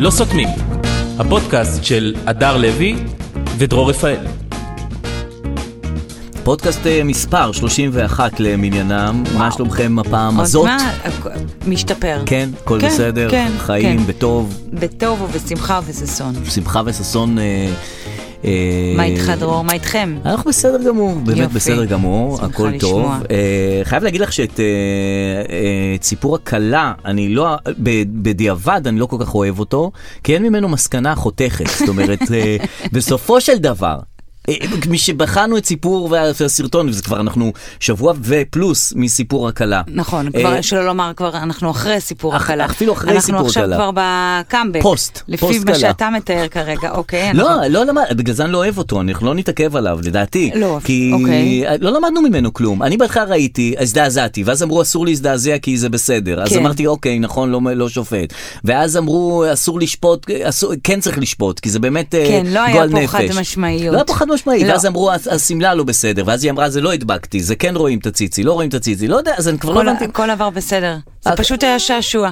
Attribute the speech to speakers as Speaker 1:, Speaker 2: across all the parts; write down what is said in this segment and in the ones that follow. Speaker 1: לא סותמים, הפודקאסט של הדר לוי ודרור רפאל.
Speaker 2: פודקאסט אה, מספר 31 למניינם, מה שלומכם הפעם
Speaker 3: אז
Speaker 2: הזאת?
Speaker 3: מה, הכ- משתפר.
Speaker 2: כן, הכל
Speaker 3: כן,
Speaker 2: בסדר,
Speaker 3: כן,
Speaker 2: חיים
Speaker 3: כן.
Speaker 2: בטוב,
Speaker 3: בטוב ובשמחה ובששון.
Speaker 2: שמחה וששון. אה, אה,
Speaker 3: מה איתך דרור? מה איתכם?
Speaker 2: אנחנו בסדר גמור, באמת
Speaker 3: יופי.
Speaker 2: בסדר גמור,
Speaker 3: שמחה
Speaker 2: הכל
Speaker 3: לשמוע.
Speaker 2: טוב. אה, חייב להגיד לך שאת אה, אה, את סיפור הכלה, אני לא, ב- בדיעבד אני לא כל כך אוהב אותו, כי אין ממנו מסקנה חותכת. זאת אומרת, אה, בסופו של דבר, אה, משבחנו את סיפור וה- והסרטון, וזה כבר אנחנו שבוע ופלוס מסיפור הכלה.
Speaker 3: נכון,
Speaker 2: אה,
Speaker 3: כבר, שלא לומר, כבר אנחנו אחרי סיפור
Speaker 2: אח-
Speaker 3: הקלה.
Speaker 2: אפילו אחרי סיפור
Speaker 3: אנחנו
Speaker 2: הקלה.
Speaker 3: עכשיו כבר בקאמבק.
Speaker 2: פוסט, פוסט
Speaker 3: לפי מה
Speaker 2: קלה.
Speaker 3: שאתה מתאר כרגע, אוקיי.
Speaker 2: לא,
Speaker 3: אנחנו-
Speaker 2: לא למד, בגלל זה אני לא אוהב אותו, אנחנו לא נתעכב עליו, לדעתי.
Speaker 3: לא,
Speaker 2: כי
Speaker 3: אוקיי.
Speaker 2: לא למדנו ממנו כלום. אני בהתחלה ראיתי, הזדעזעתי, ואז אמרו אסור להזדעזע כי זה בסדר. אז
Speaker 3: כן.
Speaker 2: אמרתי, אוקיי, נכון, לא, לא שופט. ואז אמרו, אסור לשפוט, אסור, כן צריך לשפוט, כי זה באמת אה,
Speaker 3: כן, לא היה
Speaker 2: גועל
Speaker 3: פה
Speaker 2: נפש.
Speaker 3: חד-משמאיות.
Speaker 2: לא היה פה חד משמעי,
Speaker 3: לא.
Speaker 2: ואז אמרו, "הס- השמלה לא בסדר, ואז היא אמרה, זה לא הדבקתי, זה כן רואים את הציצי, לא רואים את הציצי, לא יודע, אז אני כבר לא
Speaker 3: כל,
Speaker 2: הבנתי.
Speaker 3: הכל עבר בסדר. זה
Speaker 2: אז-
Speaker 3: פשוט היה שעשוע.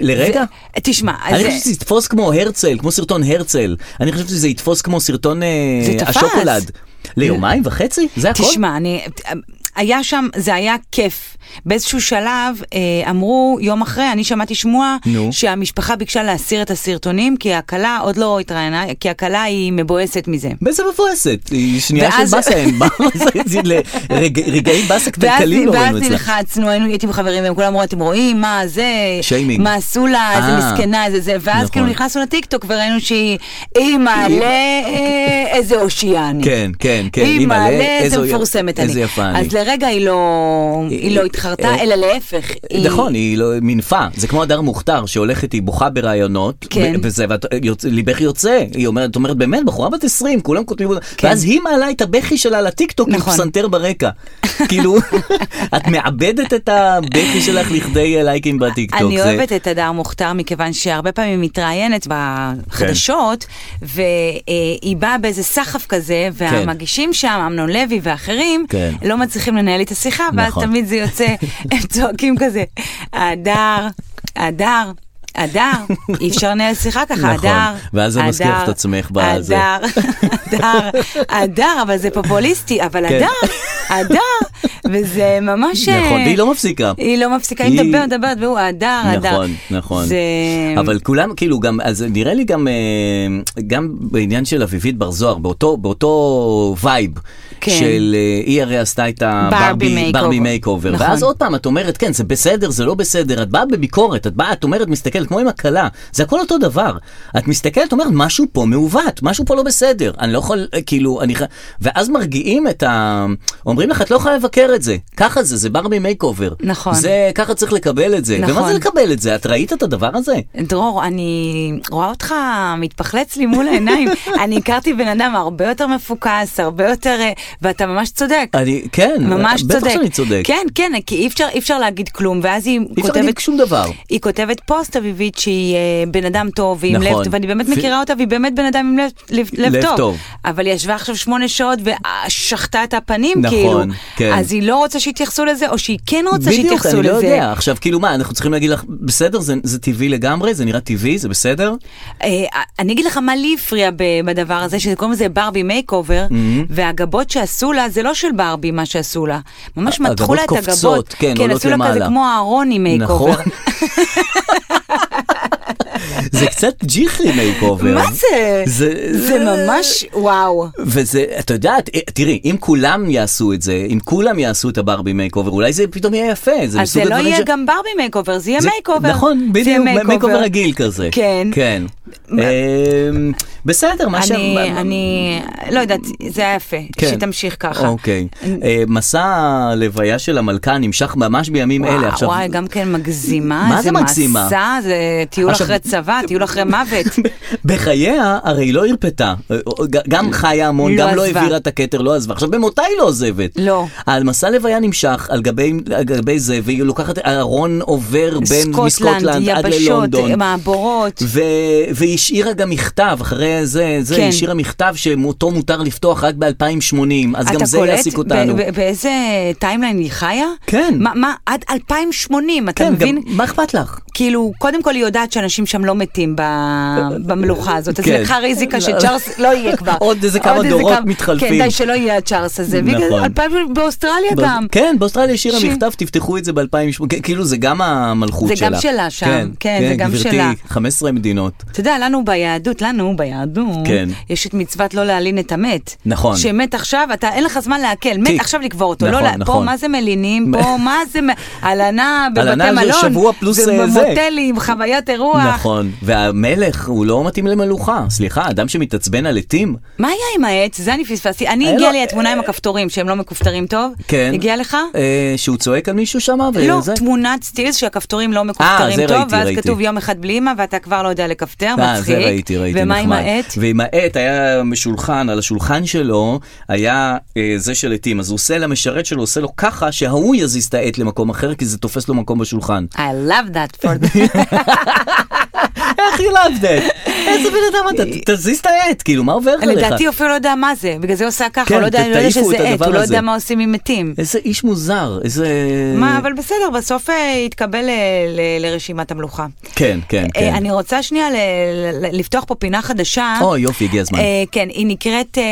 Speaker 2: לרגע?
Speaker 3: זה- תשמע, אז
Speaker 2: אני
Speaker 3: זה-
Speaker 2: חושב שזה יתפוס כמו הרצל, כמו סרטון הרצל. אני חושב שזה יתפוס כמו סרטון אה,
Speaker 3: זה תפס.
Speaker 2: השוקולד. ליומיים וחצי? זה הכל?
Speaker 3: תשמע, אני... היה שם, זה היה כיף. באיזשהו שלב אה, אמרו, יום אחרי, אני שמעתי שמועה,
Speaker 2: נו.
Speaker 3: שהמשפחה ביקשה להסיר את הסרטונים, כי הכלה עוד לא התראיינה, כי הכלה היא מבואסת מזה.
Speaker 2: באיזה מבואסת? היא שנייה
Speaker 3: ואז-
Speaker 2: של באסה אין בה. זה- זה לרגע- רגעים באסה
Speaker 3: ואז,
Speaker 2: קלים לא
Speaker 3: ואז
Speaker 2: ראינו אצלך.
Speaker 3: נלחצנו, היינו, הייתי עם חברים, והם כולם אמרו, אתם רואים, מה זה,
Speaker 2: שיימינג.
Speaker 3: מה עשו לה,
Speaker 2: אה.
Speaker 3: איזה מסכנה, איזה זה, ואז
Speaker 2: נכון.
Speaker 3: כאילו נכנסנו לטיקטוק וראינו שהיא, אימא ל... אה, איזה אושייה אני.
Speaker 2: כן, כן, כן.
Speaker 3: היא
Speaker 2: אימא,
Speaker 3: מעלה,
Speaker 2: לא,
Speaker 3: איזה
Speaker 2: איזו-
Speaker 3: מפורסמת אני.
Speaker 2: איזה יפה אני.
Speaker 3: אז לרגע היא לא,
Speaker 2: היא-
Speaker 3: היא לא התחרתה,
Speaker 2: אה,
Speaker 3: אלא להפך. היא-
Speaker 2: נכון, היא לא, מינפה, זה כמו הדר מוכתר שהולכת, היא בוכה בראיונות,
Speaker 3: כן.
Speaker 2: ו- וזה, ואת- יוצא- ליבך יוצא, היא אומרת, את אומרת, באמת, בחורה בת 20, כולם כותבים, אותה."
Speaker 3: כן.
Speaker 2: ואז היא מעלה את הבכי שלה לטיקטוק עם
Speaker 3: נכון.
Speaker 2: פסנתר ברקע. כאילו, את מאבדת את הבכי שלך לכדי אה, לייקים בטיקטוק.
Speaker 3: אני
Speaker 2: זה-
Speaker 3: אוהבת את הדר מוכתר מכיוון שהרבה פעמים היא מתראיינת בחדשות, והיא באה באיזה סחף כזה, והמגישים שם, אמנון לוי ואחרים,
Speaker 2: כן.
Speaker 3: לא מצליחים לנהל איתה שיחה, ואז
Speaker 2: נכון.
Speaker 3: תמיד זה יוצא, הם צועקים כזה, הדר, הדר. הדר, אי אפשר לנהל שיחה ככה,
Speaker 2: נכון.
Speaker 3: הדר,
Speaker 2: ואז זה מזכיר לך
Speaker 3: הדר,
Speaker 2: את עצמך בזה.
Speaker 3: הדר, הדר, הדר, אבל זה פופוליסטי, אבל
Speaker 2: כן.
Speaker 3: הדר, הדר, וזה ממש...
Speaker 2: נכון, והיא לא מפסיקה.
Speaker 3: היא לא מפסיקה, היא
Speaker 2: היא-
Speaker 3: מדברת, מדברת, והוא הדר, הדר.
Speaker 2: נכון, נכון.
Speaker 3: זה...
Speaker 2: אבל כולם, כאילו, גם, אז נראה לי גם, אה, גם בעניין של אביבית בר זוהר, באותו, באותו וייב.
Speaker 3: כן.
Speaker 2: של אה, היא הרי עשתה את
Speaker 3: ברבי
Speaker 2: הברבי
Speaker 3: מייק
Speaker 2: ברבי
Speaker 3: אובר.
Speaker 2: מייק אובר,
Speaker 3: נכון.
Speaker 2: ואז עוד פעם את אומרת כן זה בסדר זה לא בסדר את באה בביקורת את באה את אומרת מסתכלת כמו עם הכלה זה הכל אותו דבר את מסתכלת אומרת משהו פה מעוות משהו פה לא בסדר אני לא יכול אה, כאילו אני ח... ואז מרגיעים את ה... אומרים לך את לא יכולה לבקר את זה ככה זה זה ברבי מייק אובר
Speaker 3: נכון.
Speaker 2: זה אה, ככה צריך לקבל את זה
Speaker 3: נכון.
Speaker 2: ומה זה לקבל את זה? את ראית את הדבר הזה?
Speaker 3: דרור, אני רואה אותך מתפחלץ לי מול העיניים. אני הכרתי בן אדם הרבה יותר מפוקס, הרבה יותר... אה, ואתה ממש צודק.
Speaker 2: אני, כן,
Speaker 3: ממש צודק.
Speaker 2: בטח שאני צודק.
Speaker 3: כן, כן, כי אי אפשר, אי אפשר להגיד כלום, ואז היא
Speaker 2: אי אפשר להגיד
Speaker 3: כותבת...
Speaker 2: שום דבר.
Speaker 3: היא כותבת פוסט אביבית שהיא אה, בן אדם טוב ועם
Speaker 2: נכון.
Speaker 3: לב טוב, ואני באמת
Speaker 2: פי-
Speaker 3: מכירה אותה והיא באמת בן אדם עם לב, לב, לב,
Speaker 2: לב
Speaker 3: טוב.
Speaker 2: טוב.
Speaker 3: אבל היא ישבה עכשיו שמונה שעות ושחטה את הפנים
Speaker 2: נכון,
Speaker 3: כאילו,
Speaker 2: כן.
Speaker 3: אז היא לא רוצה שיתייחסו לזה או שהיא כן רוצה
Speaker 2: בדיוק,
Speaker 3: שיתייחסו
Speaker 2: אני
Speaker 3: לזה.
Speaker 2: לא יודע. עכשיו, כאילו מה, אנחנו צריכים להגיד לך, בסדר, זה, זה טבעי לגמרי, זה נראה טבעי, זה בסדר?
Speaker 3: אה, אני אגיד לך מה לי הפריע ב- בדבר הזה, שקוראים לזה ברבי מייק אובר, והגבות שעשו לה, זה לא של ברבי מה שעשו לה. ממש
Speaker 2: ה-
Speaker 3: מתחו לה את
Speaker 2: הגבות
Speaker 3: הגבות.
Speaker 2: קופצות, כן, עולות
Speaker 3: עשו לה כזה
Speaker 2: למעלה.
Speaker 3: כמו אהרוני מייק
Speaker 2: נכון.
Speaker 3: אובר.
Speaker 2: זה קצת ג'יחי מייק אובר.
Speaker 3: מה זה?
Speaker 2: זה-
Speaker 3: זה ממש, וואו.
Speaker 2: וזה, את יודעת, אה, תראי, אם כולם יעשו את זה, אם כולם יעשו את הברבי מייק אובר, אולי זה פתאום יהיה יפה. זה
Speaker 3: אז
Speaker 2: מסוג
Speaker 3: זה לא
Speaker 2: הדברים
Speaker 3: יהיה
Speaker 2: ש-
Speaker 3: גם ברבי מייק אובר, זה יהיה
Speaker 2: זה-
Speaker 3: מייק אובר.
Speaker 2: נכון,
Speaker 3: זה יהיה
Speaker 2: בדיוק,
Speaker 3: מייק
Speaker 2: מייק
Speaker 3: אובר.
Speaker 2: אובר רגיל כזה.
Speaker 3: כן.
Speaker 2: כן.
Speaker 3: מה-
Speaker 2: אמ, בסדר, מה ש...
Speaker 3: אני, אני, לא יודעת, זה היה יפה,
Speaker 2: כן.
Speaker 3: שתמשיך ככה.
Speaker 2: אוקיי. אה, מסע הלוויה של המלכה נמשך ממש בימים אלה.
Speaker 3: וואו,
Speaker 2: עכשיו-
Speaker 3: וואי, גם כן מגזימה,
Speaker 2: מה זה
Speaker 3: זה
Speaker 2: מגזימה?
Speaker 3: מסע, זה טיול
Speaker 2: עכשיו-
Speaker 3: אחרי צבא, טיול אחרי מוות.
Speaker 2: בחייה הרי לא הרפתה, ג- גם חיה המון,
Speaker 3: לא
Speaker 2: גם לא
Speaker 3: עזבה.
Speaker 2: העבירה את הכתר, לא עזבה. עכשיו במותה היא לא עוזבת.
Speaker 3: לא.
Speaker 2: המסע לוויה נמשך על גבי, על גבי זה, והיא לוקחת, הארון עובר בין
Speaker 3: סקוטלנד,
Speaker 2: מסקוטלנד עד
Speaker 3: יבשות,
Speaker 2: ללונדון.
Speaker 3: מעבורות.
Speaker 2: ו- והיא השאירה גם מכתב, אחרי זה, זה,
Speaker 3: כן.
Speaker 2: היא השאירה מכתב שאותו מותר לפתוח רק ב-2080, אז גם זה יעסיק אותנו.
Speaker 3: ב- ב- באיזה טיימליין היא חיה?
Speaker 2: כן.
Speaker 3: מה, מה, עד 2080, אתה
Speaker 2: כן,
Speaker 3: מבין?
Speaker 2: גם, מה אכפת לך?
Speaker 3: כאילו, קודם כל היא יודעת שאנשים שם לא מתים ב... במלוכה הזאת, אז
Speaker 2: כן.
Speaker 3: לקחה ריזיקה שצ'ארלס לא יהיה כבר.
Speaker 2: עוד איזה כמה דורות מתחלפים.
Speaker 3: כן, די, שלא יהיה הצ'ארלס הזה.
Speaker 2: נכון.
Speaker 3: נכון. באוסטרליה
Speaker 2: באוס-
Speaker 3: גם.
Speaker 2: כן, באוסטרליה השאירה
Speaker 3: ש-
Speaker 2: מכתב, תפתחו את זה ב-2008, כאילו זה גם המלכות
Speaker 3: זה
Speaker 2: שלה.
Speaker 3: גם שלה שם, כן, זה גם
Speaker 2: גברתי,
Speaker 3: שלה.
Speaker 2: 15 מדינות.
Speaker 3: אתה יודע, לנו ביהדות, לנו ביהדות,
Speaker 2: כן.
Speaker 3: יש את מצוות לא להלין את המת.
Speaker 2: נכון.
Speaker 3: שמת עכשיו, אתה אין לך זמן לעכל, מת
Speaker 2: תיק.
Speaker 3: עכשיו לקבור אותו.
Speaker 2: נכון,
Speaker 3: לא, לה-
Speaker 2: נכון.
Speaker 3: פה מה זה מלינים, פה מה זה, מ- הלנה
Speaker 2: הלנה
Speaker 3: בבתי
Speaker 2: זה
Speaker 3: מלון.
Speaker 2: שבוע פלוס, אה, זה.
Speaker 3: במוטלים, חוויית אירוח.
Speaker 2: נכון, והמלך הוא לא מתאים למלוכה, סליחה, אדם שמתעצבן על עטים,
Speaker 3: מה היה עם העץ? זה אני פספסתי. אני,
Speaker 2: היה
Speaker 3: הגיעה
Speaker 2: לו- אה,
Speaker 3: לי התמונה עם הכפתורים, שהם לא מכופתרים טוב.
Speaker 2: כן.
Speaker 3: הגיעה לך?
Speaker 2: אה, שהוא צועק על מישהו שם,
Speaker 3: לא,
Speaker 2: וזה-
Speaker 3: תמונת סטילס שהכפתורים לא
Speaker 2: אה, זה
Speaker 3: מכופתרים טוב,
Speaker 2: ראיתי,
Speaker 3: ואז
Speaker 2: ראיתי.
Speaker 3: כתוב יום אחד בלי אמא, ואתה כבר לא יודע לכפתר,
Speaker 2: אה,
Speaker 3: מצחיק.
Speaker 2: זה ראיתי, ראיתי,
Speaker 3: ומה עם
Speaker 2: נחמד.
Speaker 3: העט?
Speaker 2: ועם העט היה שולחן, על השולחן שלו היה אה, זה של עטים, אז הוא עושה למשרת שלו, עושה לו ככה שההוא יזיז את העט למקום אחר, כי זה תופס לו מקום בשולחן.
Speaker 3: I love that for
Speaker 2: איך ילבת? איזה בן אדם אתה? ת- תזיז את העט, כאילו, מה עובר עליך?
Speaker 3: לדעתי הוא אפילו לא יודע מה זה, בגלל זה הוא עושה ככה,
Speaker 2: כן,
Speaker 3: הוא לא יודע- הוא לא יודע
Speaker 2: תעיפו את
Speaker 3: שזה עט,
Speaker 2: הדבר
Speaker 3: הוא לא
Speaker 2: הזה. אה.
Speaker 3: יודע מה עושים עם מתים.
Speaker 2: איזה איש מוזר, איזה...
Speaker 3: מה, אבל בסדר, בסוף אה, התקבל אה, ל- לרשימת המלוכה.
Speaker 2: כן, כן,
Speaker 3: אה,
Speaker 2: כן.
Speaker 3: אני רוצה שנייה ל- ל- לפתוח פה פינה חדשה.
Speaker 2: או, יופי, הגיע הזמן.
Speaker 3: אה, כן, היא נקראת אה,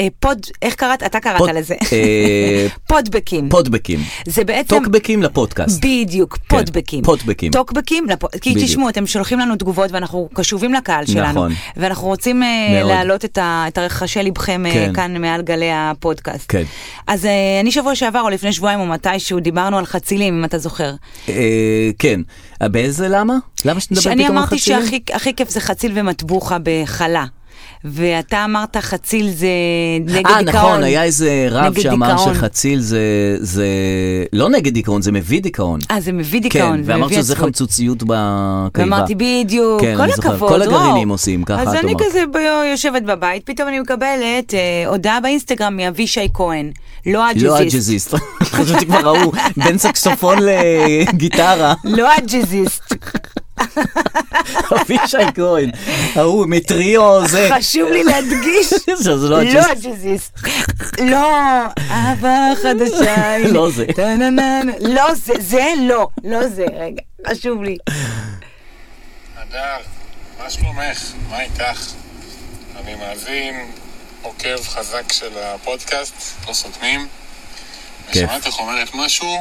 Speaker 3: אה, פוד, איך קראת? אתה קראת
Speaker 2: פוד-
Speaker 3: לזה.
Speaker 2: אה,
Speaker 3: פודבקים.
Speaker 2: פודבקים.
Speaker 3: זה בעצם...
Speaker 2: טוקבקים לפודקאסט.
Speaker 3: בדיוק, פודבקים.
Speaker 2: כן, פודבקים.
Speaker 3: טוקבקים, לפו- כי
Speaker 2: בדיוק.
Speaker 3: תשמעו, אתם שולחים לנו תגובות ואנחנו קשובים לקהל שלנו.
Speaker 2: נכון.
Speaker 3: ואנחנו רוצים אה,
Speaker 2: מאוד.
Speaker 3: להעלות את ה- את הרחשי לבכם אה,
Speaker 2: כן.
Speaker 3: כאן מעל גלי הפודקאסט.
Speaker 2: כן.
Speaker 3: אז אה, אני שבוע שעבר, או לפני שבועיים או מתישהו, דיברנו על חצילים, אם אתה זוכר.
Speaker 2: אה, כן. אה, באיזה למה? למה שתדבר פתאום
Speaker 3: שאני
Speaker 2: על
Speaker 3: אמרתי
Speaker 2: חצילים?
Speaker 3: שהכי הכי כיף זה חציל ומטבוחה בחלה. ואתה אמרת חציל זה נגד דיכאון.
Speaker 2: אה, נכון, היה איזה רב
Speaker 3: נגד
Speaker 2: שאמר
Speaker 3: דיכאון.
Speaker 2: שחציל זה, זה לא נגד דיכאון, זה מביא דיכאון.
Speaker 3: אה, זה מביא דיכאון,
Speaker 2: כן,
Speaker 3: זה
Speaker 2: ואמרת
Speaker 3: מביא
Speaker 2: שזה
Speaker 3: עצבות.
Speaker 2: חמצוציות בקיבה.
Speaker 3: ואמרתי בדיוק,
Speaker 2: כן,
Speaker 3: כל
Speaker 2: אני זוכר,
Speaker 3: הכבוד,
Speaker 2: כל
Speaker 3: וואו.
Speaker 2: הגרעינים עושים, ככה
Speaker 3: אז
Speaker 2: את
Speaker 3: אני
Speaker 2: אמרת.
Speaker 3: כזה ב- יושבת בבית, פתאום אני מקבלת אה, הודעה באינסטגרם מאבישי כהן, לא
Speaker 2: לא
Speaker 3: הג'זיסט.
Speaker 2: הג'אזיסט. חשבתי כבר ההוא, בין סקסופון לגיטרה,
Speaker 3: לא הג'זיסט,
Speaker 2: אבישי כהן, ההוא מטריו זה.
Speaker 3: חשוב לי להדגיש,
Speaker 2: זה לא
Speaker 3: לא
Speaker 2: הג'אזיסט.
Speaker 3: הג'זיסט, לא, אהבה חדשה, היא-
Speaker 2: לא זה.
Speaker 3: טה-נה-נה-נה. לא זה, זה לא, לא זה, רגע, חשוב לי.
Speaker 4: הדר, מה שלומך? מה איתך? אני מאזין, עוקב חזק של הפודקאסט, לא סותמים.
Speaker 2: כיף.
Speaker 4: ושמעתי לך אומרת משהו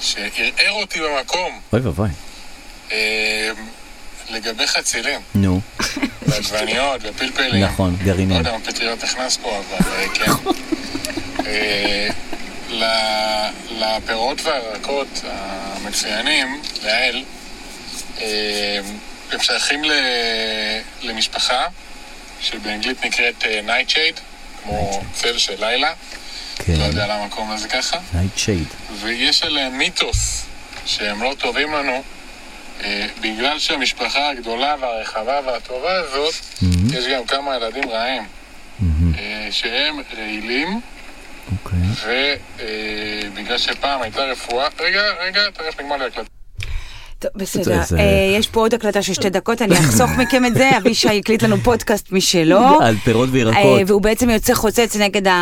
Speaker 4: שערער אותי במקום
Speaker 2: אוי ואבוי.
Speaker 4: אה, לגבי חצילים,
Speaker 2: נו,
Speaker 4: ועגבניות ופלפלים.
Speaker 2: נכון,
Speaker 4: לא
Speaker 2: גרעינים.
Speaker 4: יודע מה פטריות נכנס פה, אבל אה, כן. אה, ל- לפירות והירקות המצוינים, לעיל, אה, הם שייכים ל- למשפחה שבאנגלית נקראת נייטשייד, כמו צל של לילה, לא
Speaker 2: כן,
Speaker 4: יודע למה קוראים לזה ככה,
Speaker 2: נייט שייד.
Speaker 4: ויש עליהם מיתוס שהם לא טובים לנו. אה, בגלל שהמשפחה הגדולה והרחבה והטובה הזאת, יש גם כמה ילדים רעים. אה, שהם רעילים,
Speaker 2: אוקיי.
Speaker 3: אה,
Speaker 4: ובגלל שפעם הייתה רפואה... רגע, רגע, תכף נגמר לי הקלטה.
Speaker 3: טוב, בסדר,
Speaker 2: זה-
Speaker 3: אה, יש פה עוד הקלטה של שתי דקות, אני אחסוך מכם את זה, אבישי הקליט לנו פודקאסט משלו.
Speaker 2: על פירות
Speaker 3: אה,
Speaker 2: וירקות.
Speaker 3: והוא בעצם יוצא חוצץ נגד ה...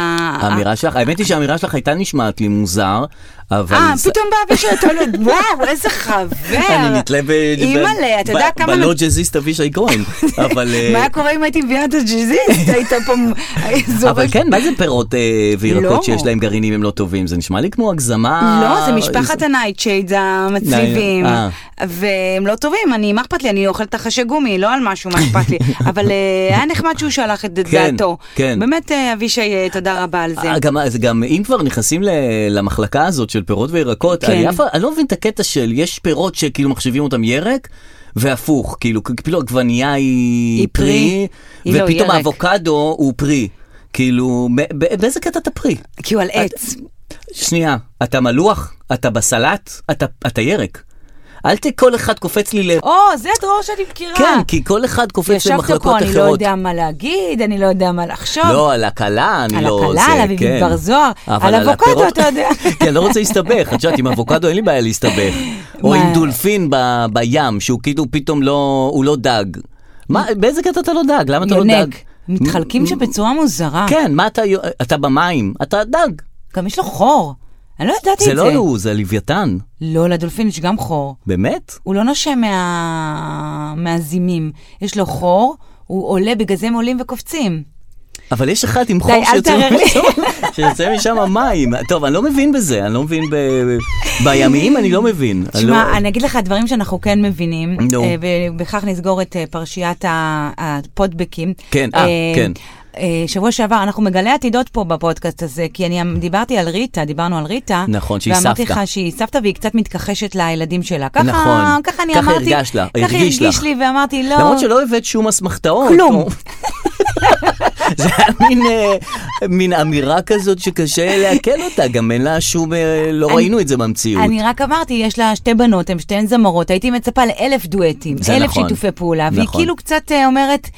Speaker 2: האמירה שלך, האמת היא שהאמירה שלך הייתה נשמעת לי מוזר, אבל...
Speaker 3: אה,
Speaker 2: זה-
Speaker 3: פתאום בא אבישי, אתה אומר, וואו, איזה חבר.
Speaker 2: אני נתלה ב...
Speaker 3: אה, אימא'לה, אתה יודע
Speaker 2: ב-
Speaker 3: כמה... לא-
Speaker 2: בלא ג'אזיסט אבישי כהן, אבל... אה,
Speaker 3: מה היה קורה אם הייתי מביאה את הג'זיסט? היית פה זורק...
Speaker 2: אבל כן, מה זה פירות אה, וירקות
Speaker 3: לא.
Speaker 2: שיש להם גרעינים הם לא טובים? זה נשמע לי כמו הגזמה.
Speaker 3: לא, זה משפחת הנייטשייד המצליבים,
Speaker 2: אה.
Speaker 3: והם לא טובים, אני, מה אכפת לי, אני אוכלת תחשי גומי, לא על משהו, מה אכפת לי, אבל אה, היה נחמד שהוא שלח את
Speaker 2: כן,
Speaker 3: דעתו.
Speaker 2: כן. זה-
Speaker 3: באמת, אה, אבישי, אה, תודה רבה על זה.
Speaker 2: אה, גם, אז גם אם כבר נכנסים ל, למחלקה הזאת של פירות וירקות,
Speaker 3: כן.
Speaker 2: אני, אף, אני לא מבין את הקטע של יש פירות שכאילו מחשיבים אותם ירק, והפוך, כאילו, כ- כאילו עגבנייה היא,
Speaker 3: היא פרי, היא לא
Speaker 2: ופתאום
Speaker 3: ירק.
Speaker 2: האבוקדו הוא פרי. כאילו, ב- ב- באיזה קטע אתה פרי?
Speaker 3: כי הוא על
Speaker 2: אה,
Speaker 3: עץ.
Speaker 2: שנייה, אתה מלוח, אתה בסלט, אתה, אתה ירק. אל ת... כל אחד קופץ לי ל...
Speaker 3: או, זה דרור שאני מכירה.
Speaker 2: כן, כי כל אחד קופץ
Speaker 3: ישבת
Speaker 2: למחלקות
Speaker 3: פה,
Speaker 2: אחרות.
Speaker 3: אני לא יודע מה להגיד, אני לא יודע מה לחשוב.
Speaker 2: לא, על הכלה, אני
Speaker 3: על
Speaker 2: לא...
Speaker 3: הכלה,
Speaker 2: זה,
Speaker 3: על אביבית
Speaker 2: כן.
Speaker 3: בר זוהר,
Speaker 2: אבל
Speaker 3: על אבוקדו,
Speaker 2: הפירות-
Speaker 3: אתה יודע.
Speaker 2: כן, אני לא רוצה להסתבך, את יודעת, עם אבוקדו אין לי בעיה להסתבך. או
Speaker 3: מה?
Speaker 2: עם דולפין ב- בים, שהוא כאילו פתאום לא... הוא לא דג. מה, באיזה קטע אתה לא דג? למה אתה לא דג?
Speaker 3: יונק. מתחלקים שם בצורה מוזרה.
Speaker 2: כן, מה אתה, אתה במים, אתה דג.
Speaker 3: גם יש לו חור. אני לא ידעתי את זה.
Speaker 2: זה לא הוא, זה לוויתן.
Speaker 3: לא, לדולפין יש גם חור.
Speaker 2: באמת?
Speaker 3: הוא לא נושם מה... מהזימים. יש לו חור, הוא עולה, בגלל זה הם עולים וקופצים.
Speaker 2: אבל יש אחד עם
Speaker 3: די,
Speaker 2: חור
Speaker 3: אל
Speaker 2: שיוצא
Speaker 3: תערער לי.
Speaker 2: משם- שיוצא משם המים. טוב, אני לא מבין בזה, אני לא מבין ב... בימיים, אני לא מבין. אני
Speaker 3: תשמע,
Speaker 2: לא-
Speaker 3: אני אגיד לך דברים שאנחנו כן מבינים,
Speaker 2: נו.
Speaker 3: אה, ובכך נסגור את אה, פרשיית ה- הפודבקים.
Speaker 2: כן, אה,
Speaker 3: אה,
Speaker 2: כן.
Speaker 3: אה, שבוע שעבר, אנחנו מגלי עתידות פה בפודקאסט הזה, כי אני אמ- דיברתי על ריטה, דיברנו על ריטה.
Speaker 2: נכון, שהיא
Speaker 3: ואמרתי
Speaker 2: סבתא.
Speaker 3: לך שהיא סבתא והיא קצת מתכחשת לילדים שלה. ככה,
Speaker 2: נכון.
Speaker 3: ככה אני
Speaker 2: ככה
Speaker 3: אמרתי.
Speaker 2: הרגשת לה,
Speaker 3: ככה
Speaker 2: הרגיש לך.
Speaker 3: הרגיש לי, ואמרתי, לא.
Speaker 2: למרות שלא הבאת שום אסמכתאות.
Speaker 3: כלום.
Speaker 2: או- זה היה מין, אה, מין אמירה כזאת שקשה לעכל אותה, גם אין לה שום, אה, לא
Speaker 3: אני-
Speaker 2: ראינו את זה במציאות.
Speaker 3: אני רק אמרתי, יש לה שתי בנות, הן שתיהן זמרות, הייתי מצפה לאלף דואטים,
Speaker 2: זה
Speaker 3: אלף
Speaker 2: נכון.
Speaker 3: שיתופי פעולה, והיא
Speaker 2: נכון.
Speaker 3: כאילו קצת אה, אומרת,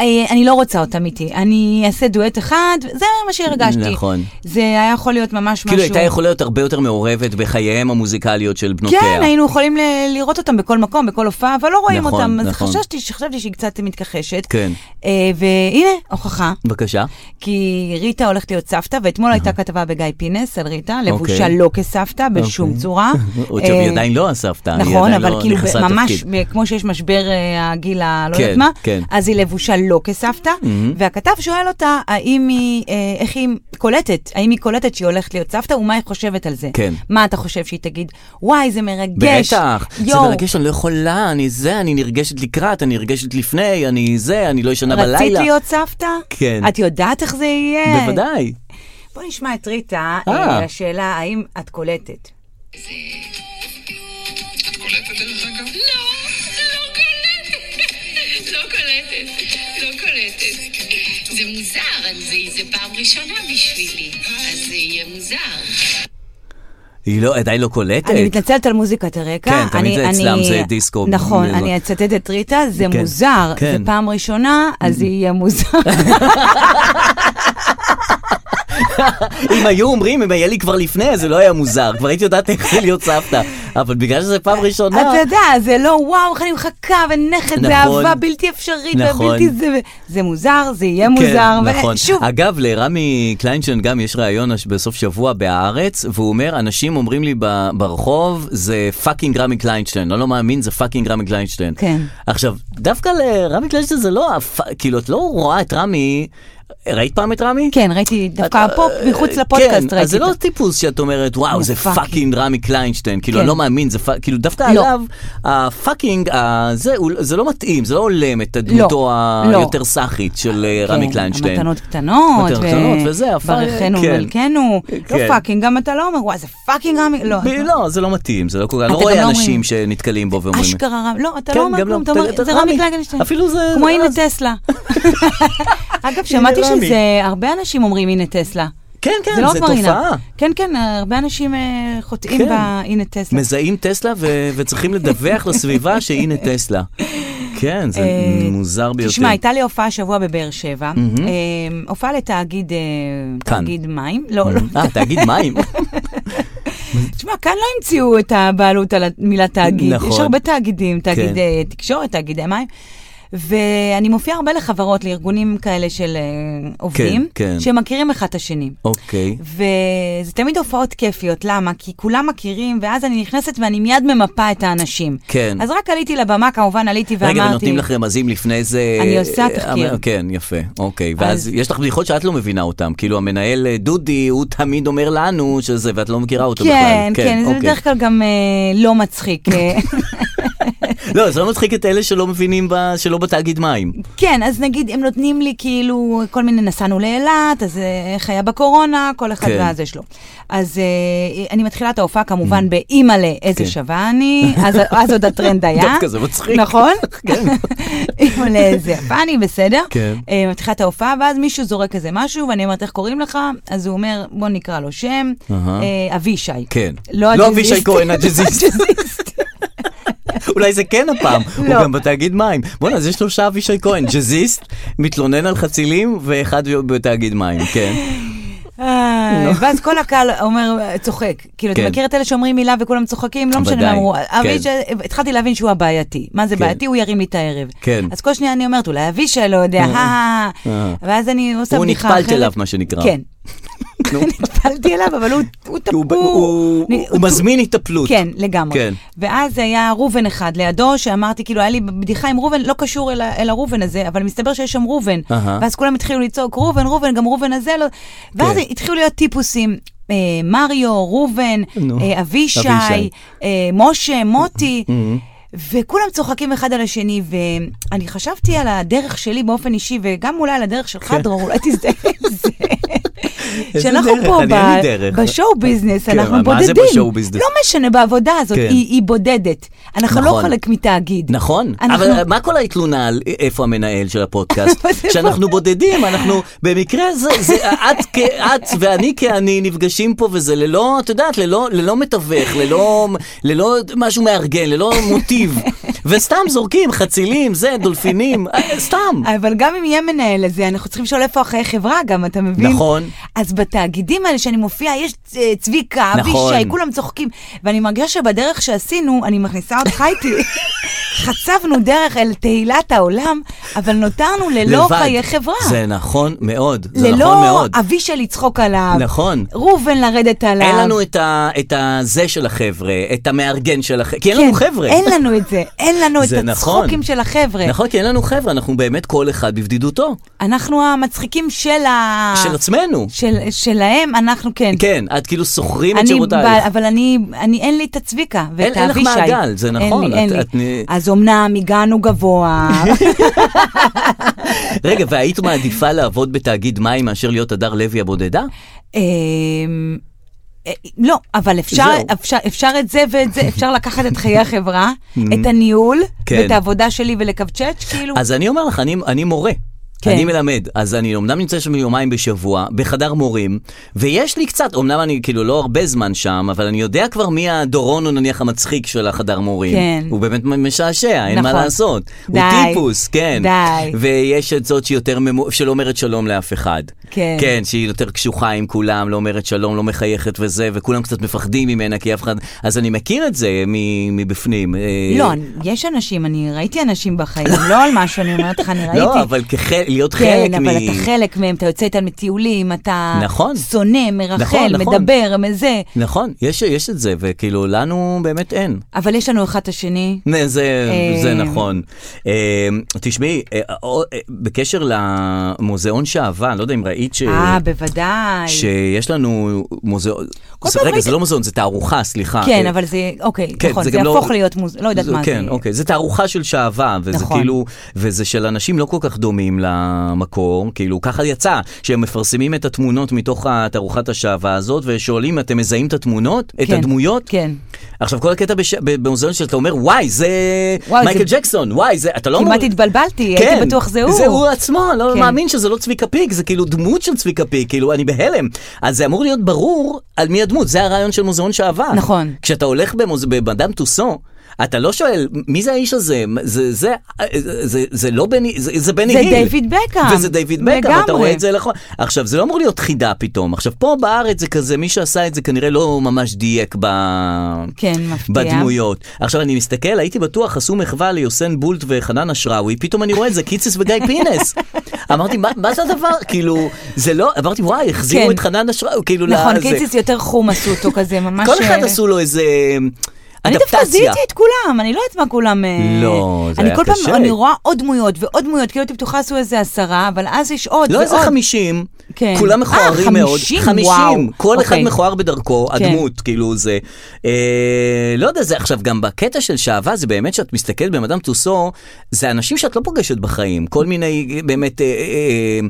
Speaker 3: "אה, אני לא רוצה אותם איתי, אני אעשה דואט אחד, זה מה שהרגשתי.
Speaker 2: נכון.
Speaker 3: זה היה יכול להיות ממש משהו...
Speaker 2: כאילו הייתה יכולה להיות הרבה יותר מעורבת בחייהם המוזיקליות של בנותיה.
Speaker 3: כן, היינו יכולים ל- לראות אותם בכל מקום, בכל הופעה, אבל לא רואים
Speaker 2: נכון,
Speaker 3: אותם, אז
Speaker 2: נכון.
Speaker 3: חששתי, חשבתי שהיא קצת מתכחשת.
Speaker 2: כן.
Speaker 3: אה, והנה, הוכחה.
Speaker 2: בבקשה.
Speaker 3: כי ריטה הולכת להיות סבתא, ואתמול הייתה כתבה בגיא פינס על ריטה, לבושה
Speaker 2: אה. אוקיי.
Speaker 3: לא כסבתא בשום
Speaker 2: אוקיי.
Speaker 3: צורה.
Speaker 2: עוד שם, היא
Speaker 3: אה,
Speaker 2: עדיין לא הסבתא, היא
Speaker 3: נכון,
Speaker 2: עדיין
Speaker 3: אבל
Speaker 2: לא
Speaker 3: כאילו
Speaker 2: נכנסה
Speaker 3: ממש,
Speaker 2: לתפקיד.
Speaker 3: ב- כמו שיש משבר אה, הגיל הלא
Speaker 2: כן,
Speaker 3: יודעת מה,
Speaker 2: כן.
Speaker 3: אז היא לבושה לא כסבתא, והכתב שואל אותה האם היא, אה, איך היא קולטת, האם היא קולטת שהיא הולכת להיות סבתא, ומה היא חושבת על זה.
Speaker 2: כן.
Speaker 3: מה אתה חושב שהיא תגיד? וואי, זה מרגש.
Speaker 2: בטח, זה
Speaker 3: כן, יואו,
Speaker 2: מרגש, אני לא יכולה, אני זה, אני נרגשת לקראת, אני נרגשת לפני, אני זה, אני לא ישנה בלילה.
Speaker 3: רצית להיות סבתא?
Speaker 2: כן.
Speaker 3: את יודעת איך זה יהיה?
Speaker 2: בוודאי.
Speaker 3: בוא נשמע את ריטה,
Speaker 2: אה.
Speaker 3: אה, לשאלה האם את קולטת.
Speaker 4: את קולטת דרך אגב?
Speaker 5: לא, לא קולטת. לא קולטת. לא קולטת. זה מוזר, זה, זה פעם ראשונה בשבילי, אז זה יהיה מוזר.
Speaker 2: היא לא, עדיין לא קולטת.
Speaker 3: אני מתנצלת על מוזיקת הרקע.
Speaker 2: כן, תמיד
Speaker 3: אני-
Speaker 2: זה אצלם,
Speaker 3: אני-
Speaker 2: זה דיסקו.
Speaker 3: נכון,
Speaker 2: זה-
Speaker 3: אני אצטט את ריטה, זה
Speaker 2: כן,
Speaker 3: מוזר. זה
Speaker 2: כן. Mm-hmm.
Speaker 3: פעם ראשונה, אז זה יהיה מוזר.
Speaker 2: אם היו אומרים, אם היה לי כבר לפני, זה לא היה מוזר, כבר הייתי יודעת איך זה להיות סבתא. אבל בגלל שזה פעם ראשונה...
Speaker 3: אתה יודע, זה לא וואו, איך אני מחכה, ונכד,
Speaker 2: נכון.
Speaker 3: זה אהבה בלתי אפשרית,
Speaker 2: נכון.
Speaker 3: ובלתי זה... זה מוזר, זה יהיה מוזר.
Speaker 2: כן,
Speaker 3: ו-
Speaker 2: נכון.
Speaker 3: שוב,
Speaker 2: אגב, לרמי קליינשטיין גם יש ראיון הש- בסוף שבוע בהארץ, והוא אומר, אנשים אומרים לי ב- ברחוב, זה פאקינג רמי קליינשטיין. אני לא מאמין, זה פאקינג רמי קליינשטיין.
Speaker 3: כן.
Speaker 2: עכשיו, דווקא לרמי קליינשטיין זה לא, הפ- כאילו, את לא רואה את רמי, ראית פעם את רמי?
Speaker 3: כן, ראיתי דווקא
Speaker 2: אה,
Speaker 3: הפופ מחוץ
Speaker 2: אה,
Speaker 3: לפודקאסט,
Speaker 2: כן, אז
Speaker 3: ראיתי.
Speaker 2: זה לא
Speaker 3: אותו.
Speaker 2: טיפוס שאת אומרת, וואו,
Speaker 3: הוא
Speaker 2: זה
Speaker 3: פאקינג."
Speaker 2: פאקינג רמי קליינשטיין. כאילו,
Speaker 3: כן.
Speaker 2: אני לא מאמין, זה פאק... כאילו, דווקא
Speaker 3: לא.
Speaker 2: עליו, הפאקינג, ה- זה הוא- זה לא מתאים, זה לא הולם את הדמותו
Speaker 3: לא.
Speaker 2: היותר סאחית של אה, רמי
Speaker 3: כן,
Speaker 2: קליינשטיין.
Speaker 3: המתנות קטנות,
Speaker 2: מתנות קטנות, וזה, הפאק-
Speaker 3: ברכנו
Speaker 2: כן.
Speaker 3: ומלכנו, לא
Speaker 2: כן.
Speaker 3: פאקינג, גם אתה לא אומר, וואי, זה פאקינג רמי, לא,
Speaker 2: ב- לא, זה לא מתאים, זה לא כל כך, לא
Speaker 3: אתם גם
Speaker 2: רואה
Speaker 3: לא
Speaker 2: אנשים
Speaker 3: אומרים.
Speaker 2: שנתקלים בו ואומרים...
Speaker 3: אשכרה רמי, לא, אתה
Speaker 2: כן,
Speaker 3: לא אומר
Speaker 2: גם לא.
Speaker 3: כלום, אתה
Speaker 2: אתה-
Speaker 3: אומר,
Speaker 2: אתה
Speaker 3: זה רמי
Speaker 2: רמי.
Speaker 3: קלגנשטיין.
Speaker 2: אפילו זה-
Speaker 3: כמו הנה
Speaker 2: אז-
Speaker 3: טסלה. אגב, שמעתי
Speaker 2: רמי.
Speaker 3: שזה, הרבה אנשים אומרים הנה טסלה.
Speaker 2: כן, כן,
Speaker 3: זה לא
Speaker 2: זה
Speaker 3: רק מרינה.
Speaker 2: תופעה.
Speaker 3: כן, כן, הרבה אנשים אה, חוטאים
Speaker 2: כן.
Speaker 3: בהנה טסלה.
Speaker 2: מזהים טסלה ו- וצריכים לדווח לסביבה שהנה טסלה. כן, זה
Speaker 3: אה,
Speaker 2: מוזר ביותר.
Speaker 3: תשמע, הייתה לי הופעה השבוע בבאר שבע, אה, הופעה לתאגיד אה,
Speaker 2: כאן.
Speaker 3: תאגיד מים, לא, לא,
Speaker 2: אה, תאגיד מים.
Speaker 3: תשמע, כאן לא המציאו את הבעלות על המילה תאגיד.
Speaker 2: אה? נכון.
Speaker 3: יש הרבה תאגידים, תאגיד
Speaker 2: כן.
Speaker 3: אה, תקשורת, תאגידי מים. ואני מופיעה הרבה לחברות, לארגונים כאלה של אה, עובדים,
Speaker 2: כן.
Speaker 3: שמכירים אחד את השני.
Speaker 2: אוקיי.
Speaker 3: וזה תמיד הופעות כיפיות, למה? כי כולם מכירים, ואז אני נכנסת ואני מיד ממפה את האנשים.
Speaker 2: כן.
Speaker 3: אז רק עליתי לבמה, כמובן עליתי ואמרתי...
Speaker 2: רגע, ונותנים לך רמזים לפני זה...
Speaker 3: אני עושה תחקיר.
Speaker 2: אה, כן, יפה, אוקיי. ואז
Speaker 3: אז-
Speaker 2: יש לך בדיחות שאת לא מבינה אותן. כאילו, המנהל אה, דודי, הוא תמיד אומר לנו שזה, ואת לא מכירה אותו בכלל.
Speaker 3: כן, כן, זה
Speaker 2: אוקיי.
Speaker 3: בדרך כלל גם אה, לא מצחיק. אה,
Speaker 2: לא, זה לא מצחיק את אלה שלא מבינים, ב- שלא בתאגיד מים.
Speaker 3: כן, אז נגיד הם נותנים לי כאילו כל מיני, נסענו לאילת, אז אה, איך היה בקורונה, כל אחד
Speaker 2: כן.
Speaker 3: והזה שלו. אז אה, אני מתחילה את ההופעה כמובן באימא'לה, איזה
Speaker 2: Mm. כן.
Speaker 3: שווה אני, אז- אז עוד הטרנד היה.
Speaker 2: דווקא זה מצחיק.
Speaker 3: נכון? אימא'לה, איזה יפה אני, בסדר?
Speaker 2: כן.
Speaker 3: אה, מתחילה את ההופעה, ואז מישהו זורק איזה משהו, ואני אומרת, איך קוראים לך? אז הוא אומר, בוא נקרא לו שם,
Speaker 2: אהה.
Speaker 3: אה, אבישי.
Speaker 2: כן.
Speaker 3: לא
Speaker 2: לא
Speaker 3: הג'אזיסט.
Speaker 2: אבישי כהן, הג'אזיסט.
Speaker 3: הג'אזיסט.
Speaker 2: אולי זה כן הפעם, הוא
Speaker 3: לא.
Speaker 2: גם בתאגיד מים. בואנה, אז יש שלושה אבישי כהן, ג'אזיסט, מתלונן על חצילים, ואחד בתאגיד מים, כן.
Speaker 3: איי, ואז כל הקהל אומר, צוחק. כאילו, אתה
Speaker 2: כן.
Speaker 3: מכיר את אלה שאומרים מילה וכולם צוחקים? לא משנה מה
Speaker 2: ודאי,
Speaker 3: אמרו.
Speaker 2: כן.
Speaker 3: אבישי, התחלתי להבין שהוא הבעייתי. מה זה
Speaker 2: כן.
Speaker 3: בעייתי? הוא ירים לי את הערב.
Speaker 2: כן.
Speaker 3: אז כל שנייה אני אומרת, אולי אבישי לא יודע, הא,
Speaker 2: אה.
Speaker 3: ואז אני עושה
Speaker 2: הוא
Speaker 3: בדיחה אחרת.
Speaker 2: נטפלת אליו, מה שנקרא.
Speaker 3: כן.
Speaker 2: נו.
Speaker 3: נטפלתי אליו, אבל הוא- הוא
Speaker 2: הוא-
Speaker 3: טפור.
Speaker 2: הוא
Speaker 3: אני-
Speaker 2: הוא מזמין התאפלות.
Speaker 3: כן, לגמרי.
Speaker 2: כן.
Speaker 3: כן. ואז היה ראובן אחד לידו, שאמרתי, כאילו, היה לי בדיחה עם ראובן, לא קשור אל, ה- אל הראובן הזה, אבל מסתבר שיש שם ראובן.
Speaker 2: אהה.
Speaker 3: ואז כולם התחילו לצעוק, ראובן, ראובן, גם ראובן הזה לא... ואז
Speaker 2: כן.
Speaker 3: התחילו להיות טיפוסים. אה, מריו, ראובן,
Speaker 2: נו,
Speaker 3: אה, אבישי,
Speaker 2: אבישי. Mm-hmm.
Speaker 3: אה, משה, מוטי. וכולם צוחקים אחד על השני, ואני חשבתי על הדרך שלי באופן אישי, וגם אולי על הדרך שלך,
Speaker 2: כן.
Speaker 3: דרור, אולי תזדהה עם זה.
Speaker 2: איזה
Speaker 3: שאנחנו
Speaker 2: דרך?
Speaker 3: פה
Speaker 2: אני,
Speaker 3: ב-
Speaker 2: אין לי דרך.
Speaker 3: בשואו ביזנס,
Speaker 2: כן,
Speaker 3: אנחנו
Speaker 2: מה זה
Speaker 3: בודדים.
Speaker 2: בשואו ביזנס?
Speaker 3: לא משנה, בעבודה הזאת,
Speaker 2: כן.
Speaker 3: היא היא בודדת. אנחנו לא
Speaker 2: נכון.
Speaker 3: חלק מתאגיד.
Speaker 2: נכון,
Speaker 3: אנחנו-
Speaker 2: אבל מה כל התלונה על איפה המנהל של הפודקאסט?
Speaker 3: אבל זה
Speaker 2: שאנחנו בודדים, אנחנו במקרה זה, זה את, כ, את ואני כאני נפגשים פה וזה ללא, את יודעת, ללא, ללא מתווך, ללא, ללא משהו מארגן, ללא מוטיב, וסתם זורקים חצילים, זה, דולפינים, אה, סתם.
Speaker 3: אבל גם אם יהיה מנהל לזה, אנחנו צריכים לשאול איפה אחרי חברה גם, אתה מבין?
Speaker 2: נכון.
Speaker 3: אז בתאגידים האלה שאני מופיעה, יש אה, צביקה,
Speaker 2: נכון.
Speaker 3: אבישי, כולם צוחקים. ואני מרגישה שבדרך שעשינו, אני מכניסה אותך איתי. חצבנו דרך אל תהילת העולם, אבל נותרנו ללא
Speaker 2: לבד.
Speaker 3: חיי חברה.
Speaker 2: זה נכון מאוד, זה נכון
Speaker 3: ללא
Speaker 2: מאוד.
Speaker 3: אבישי לצחוק עליו.
Speaker 2: נכון.
Speaker 3: ראובן לרדת עליו.
Speaker 2: אין לנו את, ה, את הזה של החבר'ה, את המארגן של החבר'ה, כי אין
Speaker 3: כן,
Speaker 2: לנו חבר'ה.
Speaker 3: אין לנו את זה, אין לנו את
Speaker 2: זה נכון.
Speaker 3: הצחוקים של החבר'ה.
Speaker 2: נכון, כי אין לנו חבר'ה, אנחנו באמת כל אחד בבדידותו,
Speaker 3: אנחנו המצחיקים של ה...
Speaker 2: של עצמנו.
Speaker 3: של- שלהם, אנחנו כן.
Speaker 2: כן, את כאילו שוכרים את
Speaker 3: אני,
Speaker 2: שירותייך.
Speaker 3: ב- אבל אני, אני, אין לי את הצביקה ואת
Speaker 2: אין- אין לך
Speaker 3: האבישי.
Speaker 2: מעגל, זה נכון,
Speaker 3: אין לי,
Speaker 2: את-
Speaker 3: אין לי.
Speaker 2: את נ-
Speaker 3: אז אמנם הגענו גבוה,
Speaker 2: רגע, והיית מעדיפה לעבוד בתאגיד מים מאשר להיות הדר לוי הבודדה?
Speaker 3: אמ, אה, לא, אבל אפשר,
Speaker 2: זהו.
Speaker 3: אפשר, אפשר את זה ואת זה, אפשר לקחת את חיי החברה, את הניהול,
Speaker 2: כן.
Speaker 3: ואת העבודה שלי ולקבצ'ץ', כאילו.
Speaker 2: אז אני אומר לך, אני, אני מורה.
Speaker 3: כן.
Speaker 2: אני מלמד, אז אני אמנם נמצא שם יומיים בשבוע, בחדר מורים, ויש לי קצת, אמנם אני כאילו לא הרבה זמן שם, אבל אני יודע כבר מי הדורון, או נניח המצחיק של החדר מורים.
Speaker 3: כן.
Speaker 2: הוא באמת משעשע, אין מה
Speaker 3: נכון.
Speaker 2: לעשות. הוא
Speaker 3: די.
Speaker 2: טיפוס, כן.
Speaker 3: די.
Speaker 2: ויש את זאת שיותר, ממו- שלא אומרת שלום לאף אחד.
Speaker 3: כן.
Speaker 2: כן, שהיא יותר קשוחה עם כולם, לא אומרת שלום, לא מחייכת וזה, וכולם קצת מפחדים ממנה, כי אף אחד... אז אני מכיר את זה מ- מבפנים. אה,
Speaker 3: לא, אני- יש אנשים, אני ראיתי אנשים בחיים, לא על משהו, אני אומרת לך, אני ראיתי.
Speaker 2: לא, אבל כחלק, להיות חלק
Speaker 3: כן,
Speaker 2: מ...
Speaker 3: אבל אתה חלק מהם, אתה יוצא איתם מטיולים, אתה
Speaker 2: נכון.
Speaker 3: שונא, מרחל,
Speaker 2: נכון, נכון.
Speaker 3: מדבר, מזה.
Speaker 2: נכון, יש, יש את זה, וכאילו, לנו באמת אין.
Speaker 3: אבל יש לנו אחד את השני.
Speaker 2: נה, זה,
Speaker 3: אה,
Speaker 2: זה נכון. אה, תשמעי, אה, אה, אה, בקשר למוזיאון שעבה, אני לא יודע אם ראית ש...
Speaker 3: אה, בוודאי.
Speaker 2: שיש לנו מוזיאון,
Speaker 3: כל
Speaker 2: זה-
Speaker 3: פעם
Speaker 2: רגע,
Speaker 3: ראית-
Speaker 2: זה לא מוזיאון, זה תערוכה, סליחה.
Speaker 3: כן,
Speaker 2: אה,
Speaker 3: אבל זה, אוקיי,
Speaker 2: כן,
Speaker 3: נכון,
Speaker 2: זה
Speaker 3: זה
Speaker 2: גם לא-
Speaker 3: יהפוך להיות מוז... לא יודעת
Speaker 2: זה-
Speaker 3: מה זה.
Speaker 2: כן, אוקיי, זה תערוכה של שעווה, וזה
Speaker 3: נכון.
Speaker 2: כאילו, וזה של אנשים לא כל כך דומים למקור, כאילו, ככה יצא, שהם מפרסמים את התמונות מתוך תערוכת השעווה הזאת, ושואלים, אתם מזהים את התמונות? את
Speaker 3: כן,
Speaker 2: הדמויות?
Speaker 3: כן.
Speaker 2: עכשיו, כל הקטע בש- ב- במוזיאון שאתה אומר, וואי, זה
Speaker 3: וואי,
Speaker 2: מייקל
Speaker 3: זה-
Speaker 2: ג'קסון, וואי, זה, אתה לא...
Speaker 3: כמעט
Speaker 2: אמור-
Speaker 3: התבלבלתי, הייתי בטוח זה הוא.
Speaker 2: זה הוא כן, עצמו, לא
Speaker 3: כן.
Speaker 2: מאמין שזה לא צביקה פיק, זה כאילו דמות של צביקה פיק, כאילו, אני בהלם. אז זה אמור להיות ברור על מי הדמות, זה הרעיון של מוזיאון שעבר.
Speaker 3: נכון.
Speaker 2: כשאתה הולך במוז... במדאם טוסו, אתה לא שואל, מי זה האיש הזה? זה, זה, זה, זה, זה לא בני, זה, זה בני
Speaker 3: זה
Speaker 2: היל.
Speaker 3: דיוויד בקאם.
Speaker 2: וזה דיוויד בקאם,
Speaker 3: לגמרי.
Speaker 2: אתה רואה את זה נכון. עכשיו, זה לא אמור להיות חידה פתאום. עכשיו, פה בארץ זה כזה, מי שעשה את זה כנראה לא ממש דייק ב...
Speaker 3: כן, מפתיע.
Speaker 2: בדמויות. עכשיו, אני מסתכל, הייתי בטוח, עשו מחווה ליוסן בולט וחנן אשראוי, פתאום אני רואה את זה, קיציס וגיא פינס. אמרתי, מה, מה זה הדבר? כאילו, זה לא, אמרתי, וואי, החזירו
Speaker 3: כן.
Speaker 2: את חנן אשראוי, כאילו,
Speaker 3: נכון,
Speaker 2: לזה.
Speaker 3: קיציס יותר חום עשו אותו כזה, ממש...
Speaker 2: כל אחד
Speaker 3: אה,
Speaker 2: עשו לו איזה
Speaker 3: אני דווקא
Speaker 2: אדפטציה.
Speaker 3: זיהיתי את כולם, אני לא יודעת מה כולם... אה,
Speaker 2: לא, זה
Speaker 3: אני
Speaker 2: היה
Speaker 3: כל פעם,
Speaker 2: קשה.
Speaker 3: אני רואה עוד דמויות ועוד דמויות, כאילו הייתי בטוחה עשו איזה עשרה, אבל אז יש עוד
Speaker 2: לא
Speaker 3: ועוד.
Speaker 2: איזה חמישים,
Speaker 3: כן.
Speaker 2: כולם
Speaker 3: אה,
Speaker 2: מכוערים מאוד,
Speaker 3: חמישים,
Speaker 2: חמישים,
Speaker 3: וואו.
Speaker 2: כל אחד
Speaker 3: אוקיי.
Speaker 2: מכוער בדרכו,
Speaker 3: כן.
Speaker 2: הדמות, כאילו זה, אה, לא יודע, זה עכשיו גם בקטע של שעווה, זה באמת שאת מסתכלת במדאם טוסו, זה אנשים שאת לא פוגשת בחיים, כל מיני, באמת, אה, אה,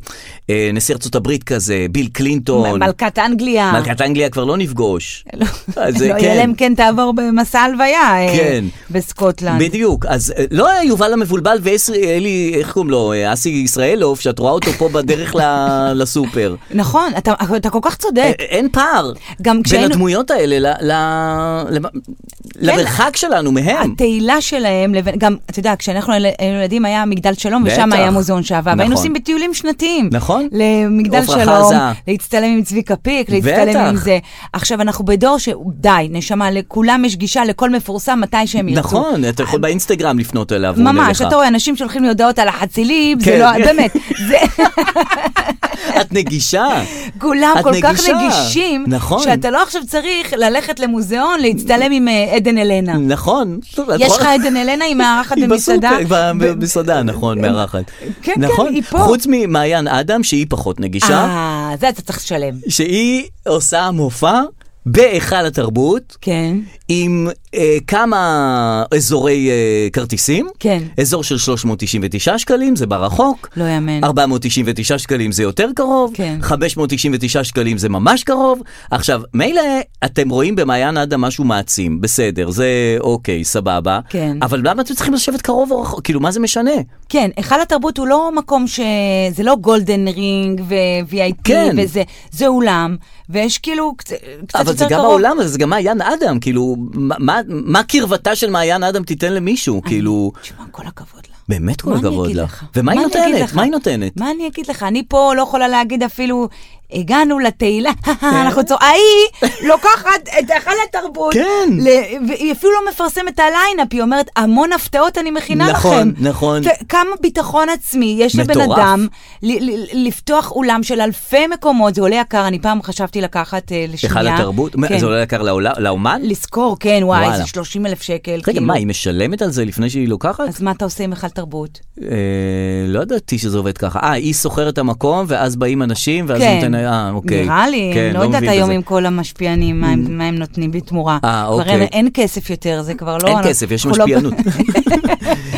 Speaker 2: אה, נשיא ארצות הברית כזה, ביל קלינטון,
Speaker 3: מלכת אנגליה.
Speaker 2: מלכת אנגליה כבר לא נפגוש.
Speaker 3: לא,
Speaker 2: אז,
Speaker 3: לא,
Speaker 2: כן.
Speaker 3: אלא אם כן תעבור במסע ההלוויה אה,
Speaker 2: כן.
Speaker 3: בסקוטלנד.
Speaker 2: בדיוק, אז אה, לא היה יובל המבולבל ואלי, איך קוראים לו, אה, אסי ישראלוף, שאת רואה אותו פה בדרך ל- לסופר.
Speaker 3: נכון, אתה, אתה כל כך צודק.
Speaker 2: אה, אין פער
Speaker 3: גם כן.
Speaker 2: בין
Speaker 3: כשהיינו-
Speaker 2: הדמויות האלה ל- ל- למ- למרחק שלנו מהם.
Speaker 3: התהילה שלהם, לבין, גם, אתה יודע, כשאנחנו היינו היינו ילדים היה מגדל שלום, ושם
Speaker 2: בטח.
Speaker 3: היה מוזיאון שעבה,
Speaker 2: נכון.
Speaker 3: והיינו עושים בטיולים שנתיים.
Speaker 2: נכון.
Speaker 3: למגדל
Speaker 2: עפרה
Speaker 3: שלום,
Speaker 2: חזה.
Speaker 3: להצטלם עם צביקה פיק, להצטלם
Speaker 2: בטח.
Speaker 3: עם זה. עכשיו, אנחנו בדור ש... די, נשמה, לכולם יש גישה לכל מפורסם מתי שהם ירצו.
Speaker 2: נכון, אתה יכול באינסטגרם לפנות אליו, הוא עונה
Speaker 3: אה, ממש,
Speaker 2: לך.
Speaker 3: אתה רואה, אנשים שולחים לי הודעות על החצילים, זה
Speaker 2: כן.
Speaker 3: לא, באמת, זה...
Speaker 2: את נגישה.
Speaker 3: כולם
Speaker 2: את
Speaker 3: כל כך
Speaker 2: נגישה.
Speaker 3: נגישים,
Speaker 2: נכון.
Speaker 3: שאתה לא עכשיו צריך ללכת למוזיאון להצטלם עם אה, עדן אלנה.
Speaker 2: נכון. טוב, את
Speaker 3: יש
Speaker 2: רואה-
Speaker 3: לך עדן אלנה עם מארחת
Speaker 2: היא
Speaker 3: במסעדה?
Speaker 2: בסופר,
Speaker 3: ו-
Speaker 2: במסעדה, נכון, מארחת.
Speaker 3: כן,
Speaker 2: נכון?
Speaker 3: היא פה.
Speaker 2: חוץ ממעיין אדם, שהיא פחות נגישה,
Speaker 3: אה, זה אתה צריך לשלם.
Speaker 2: שהיא עושה מופע בהיכל התרבות.
Speaker 3: כן.
Speaker 2: עם אה, כמה אזורי אה, כרטיסים,
Speaker 3: כן.
Speaker 2: אזור של 399 שקלים, זה ברחוק,
Speaker 3: לא יאמן.
Speaker 2: 499 שקלים זה יותר קרוב,
Speaker 3: כן.
Speaker 2: 599 שקלים זה ממש קרוב. עכשיו, מילא אתם רואים במעיין עדה משהו מעצים, בסדר, זה אוקיי, סבבה,
Speaker 3: כן.
Speaker 2: אבל למה אתם צריכים לשבת קרוב או רחוק? כאילו, מה זה משנה?
Speaker 3: כן, היכל התרבות הוא לא מקום ש... זה לא גולדן רינג ו-VIP
Speaker 2: כן.
Speaker 3: וזה, זה אולם, ויש כאילו קצ- קצת יותר קרוב.
Speaker 2: אבל זה גם העולם הזה, זה גם מעיין אדם, כאילו, מה, מה, מה קרבתה של מעיין אדם תיתן למישהו? כאילו,
Speaker 3: תשמע, כל הכבוד לה.
Speaker 2: באמת כל
Speaker 3: מה אני
Speaker 2: הכבוד
Speaker 3: אגיד
Speaker 2: לה.
Speaker 3: לך?
Speaker 2: ומה היא
Speaker 3: מה אני אגיד
Speaker 2: נותנת?
Speaker 3: לך?
Speaker 2: מה היא נותנת?
Speaker 3: מה אני אגיד לך? אני פה לא יכולה להגיד אפילו, הגענו לתהילה, אנחנו צור... ההיא לוקחת את היכל התרבות,
Speaker 2: כן.
Speaker 3: ל- והיא אפילו לא מפרסמת את הליינאפ, היא אומרת, המון הפתעות אני מכינה
Speaker 2: נכון,
Speaker 3: לכם.
Speaker 2: נכון.
Speaker 3: ת- כמה ביטחון עצמי יש לבן
Speaker 2: מטורף.
Speaker 3: אדם ל- ל- לפתוח אולם של אלפי מקומות, זה עולה יקר, אני פעם חשבתי לקחת אה, לשנייה.
Speaker 2: היכל התרבות? מה,
Speaker 3: כן.
Speaker 2: זה עולה יקר לעולה- לאומן?
Speaker 3: לזכור, כן, וואי,
Speaker 2: וואלה.
Speaker 3: זה 30 אלף שקל.
Speaker 2: רגע,
Speaker 3: כאילו.
Speaker 2: מה, היא משלמת על זה לפני שהיא לוקחת?
Speaker 3: אז מה אתה עושה עם היכל תרבות?
Speaker 2: אה, לא ידעתי שזה עובד ככה. אה, היא שוכרת את המקום, ואז באים אנשים, ואז
Speaker 3: כן.
Speaker 2: נותן... אה, אוקיי.
Speaker 3: נראה לי,
Speaker 2: כן,
Speaker 3: אני לא יודעת
Speaker 2: מבין
Speaker 3: היום
Speaker 2: בזה. Mm.
Speaker 3: עם כל המשפיענים, מה הם- מה הם נותנים בתמורה.
Speaker 2: אה,
Speaker 3: כבר
Speaker 2: אוקיי.
Speaker 3: אין- אין כסף יותר, זה כבר לא...
Speaker 2: אין
Speaker 3: אנחנו-
Speaker 2: כסף, יש
Speaker 3: אנחנו לא-
Speaker 2: משפיענות.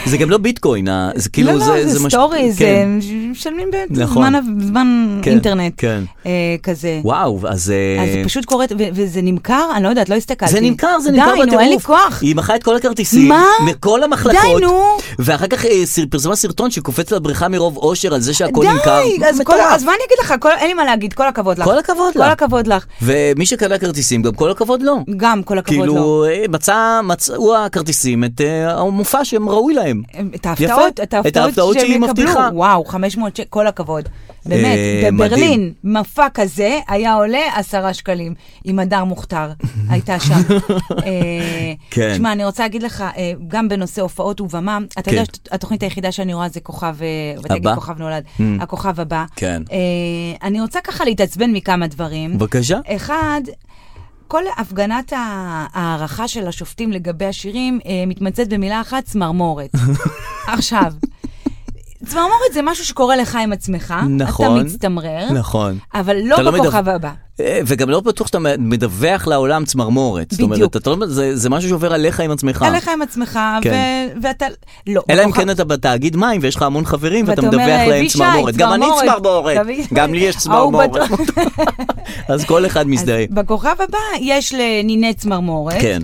Speaker 2: זה גם לא ביטקוין, ה- זה כאילו,
Speaker 3: לא,
Speaker 2: זה...
Speaker 3: לא, זה
Speaker 2: מש-
Speaker 3: סטורי, זה
Speaker 2: כן.
Speaker 3: משלמים
Speaker 2: נכון.
Speaker 3: בזמן זמן
Speaker 2: כן,
Speaker 3: אינטרנט
Speaker 2: כן.
Speaker 3: אה, כזה.
Speaker 2: וואו, אז... אה,
Speaker 3: אז זה פשוט קורה, ו- וזה נמכר? אני לא יודעת, לא הסתכלתי.
Speaker 2: זה נמכר, זה נמכר בטירוף.
Speaker 3: די, נו, אין לי כוח.
Speaker 2: היא מכרה את כל הכרטיסים.
Speaker 3: מה?
Speaker 2: מכל המחלקות.
Speaker 3: די, נו.
Speaker 2: ואחר כך אה, סיר- פרסמה סרטון שקופץ לבריכה מרוב אושר על זה שהכל נמכר.
Speaker 3: די, אז כל-
Speaker 2: מטורף.
Speaker 3: אז מה אני אגיד לך? כל- אין לי מה להגיד, כל הכבוד לך.
Speaker 2: כל הכבוד
Speaker 3: כל
Speaker 2: לך.
Speaker 3: הכבוד לך.
Speaker 2: ומי שקנה כרטיסים, גם כל הכבוד לו.
Speaker 3: גם כל הכבוד לא. לו.
Speaker 2: כאילו, אה, מצא, מצאו הכרטיסים את אה, המופע שהם ראוי להם.
Speaker 3: את ההפתעות,
Speaker 2: יפה.
Speaker 3: את ההפתעות
Speaker 2: שהיא
Speaker 3: שהם יקבלו.
Speaker 2: מבטיחה.
Speaker 3: וואו, 500 שקל, כל הכבוד. באמת,
Speaker 2: אה, מדהים.
Speaker 3: בברלין, מופע כזה היה עולה עשרה שקלים, עם הדר מוכתר, הייתה שם. אה,
Speaker 2: כן.
Speaker 3: שמע, אני רוצה להגיד לך, אה, גם בנושא הופעות ובמה, אתה יודע
Speaker 2: כן.
Speaker 3: שהתוכנית היחידה שאני רואה זה כוכב, אה, ותגיד
Speaker 2: הבא? Mm.
Speaker 3: כוכב נולד, הכוכב הבא.
Speaker 2: כן.
Speaker 3: אה, אני רוצה ככה להתעצבן מכמה דברים.
Speaker 2: בבקשה.
Speaker 3: אחד, כל הפגנת ה- ההערכה של השופטים לגבי השירים אה, מתמצאת במילה אחת, צמרמורת. עכשיו, צמרמורת זה משהו שקורה לך עם עצמך,
Speaker 2: נכון.
Speaker 3: אתה מצטמרר,
Speaker 2: נכון.
Speaker 3: אבל לא
Speaker 2: אתה לא
Speaker 3: בכוכב
Speaker 2: מדו-
Speaker 3: הבא.
Speaker 2: אה, וגם לא בטוח שאתה מדווח לעולם צמרמורת. זאת אומרת,
Speaker 3: בדיוק.
Speaker 2: אתה לא- זה זה משהו שעובר עליך עם עצמך.
Speaker 3: עליך עם עצמך,
Speaker 2: אה. כן.
Speaker 3: ו- ואתה... לא,
Speaker 2: אלא אם
Speaker 3: בכוכב-
Speaker 2: כן אתה בתאגיד מים ויש לך המון חברים ואתה
Speaker 3: ואתה אומר, אה,
Speaker 2: מדווח להם
Speaker 3: "אבישי,
Speaker 2: צמרמורת. גם אני
Speaker 3: צמרמורת."
Speaker 2: צמרמורת,
Speaker 3: תמיד-
Speaker 2: גם לי יש
Speaker 3: ההוא
Speaker 2: צמרמורת. אז כל אחד
Speaker 3: אז
Speaker 2: מזדהה.
Speaker 3: בכוכב הבא יש לנינה צמרמורת,
Speaker 2: כן.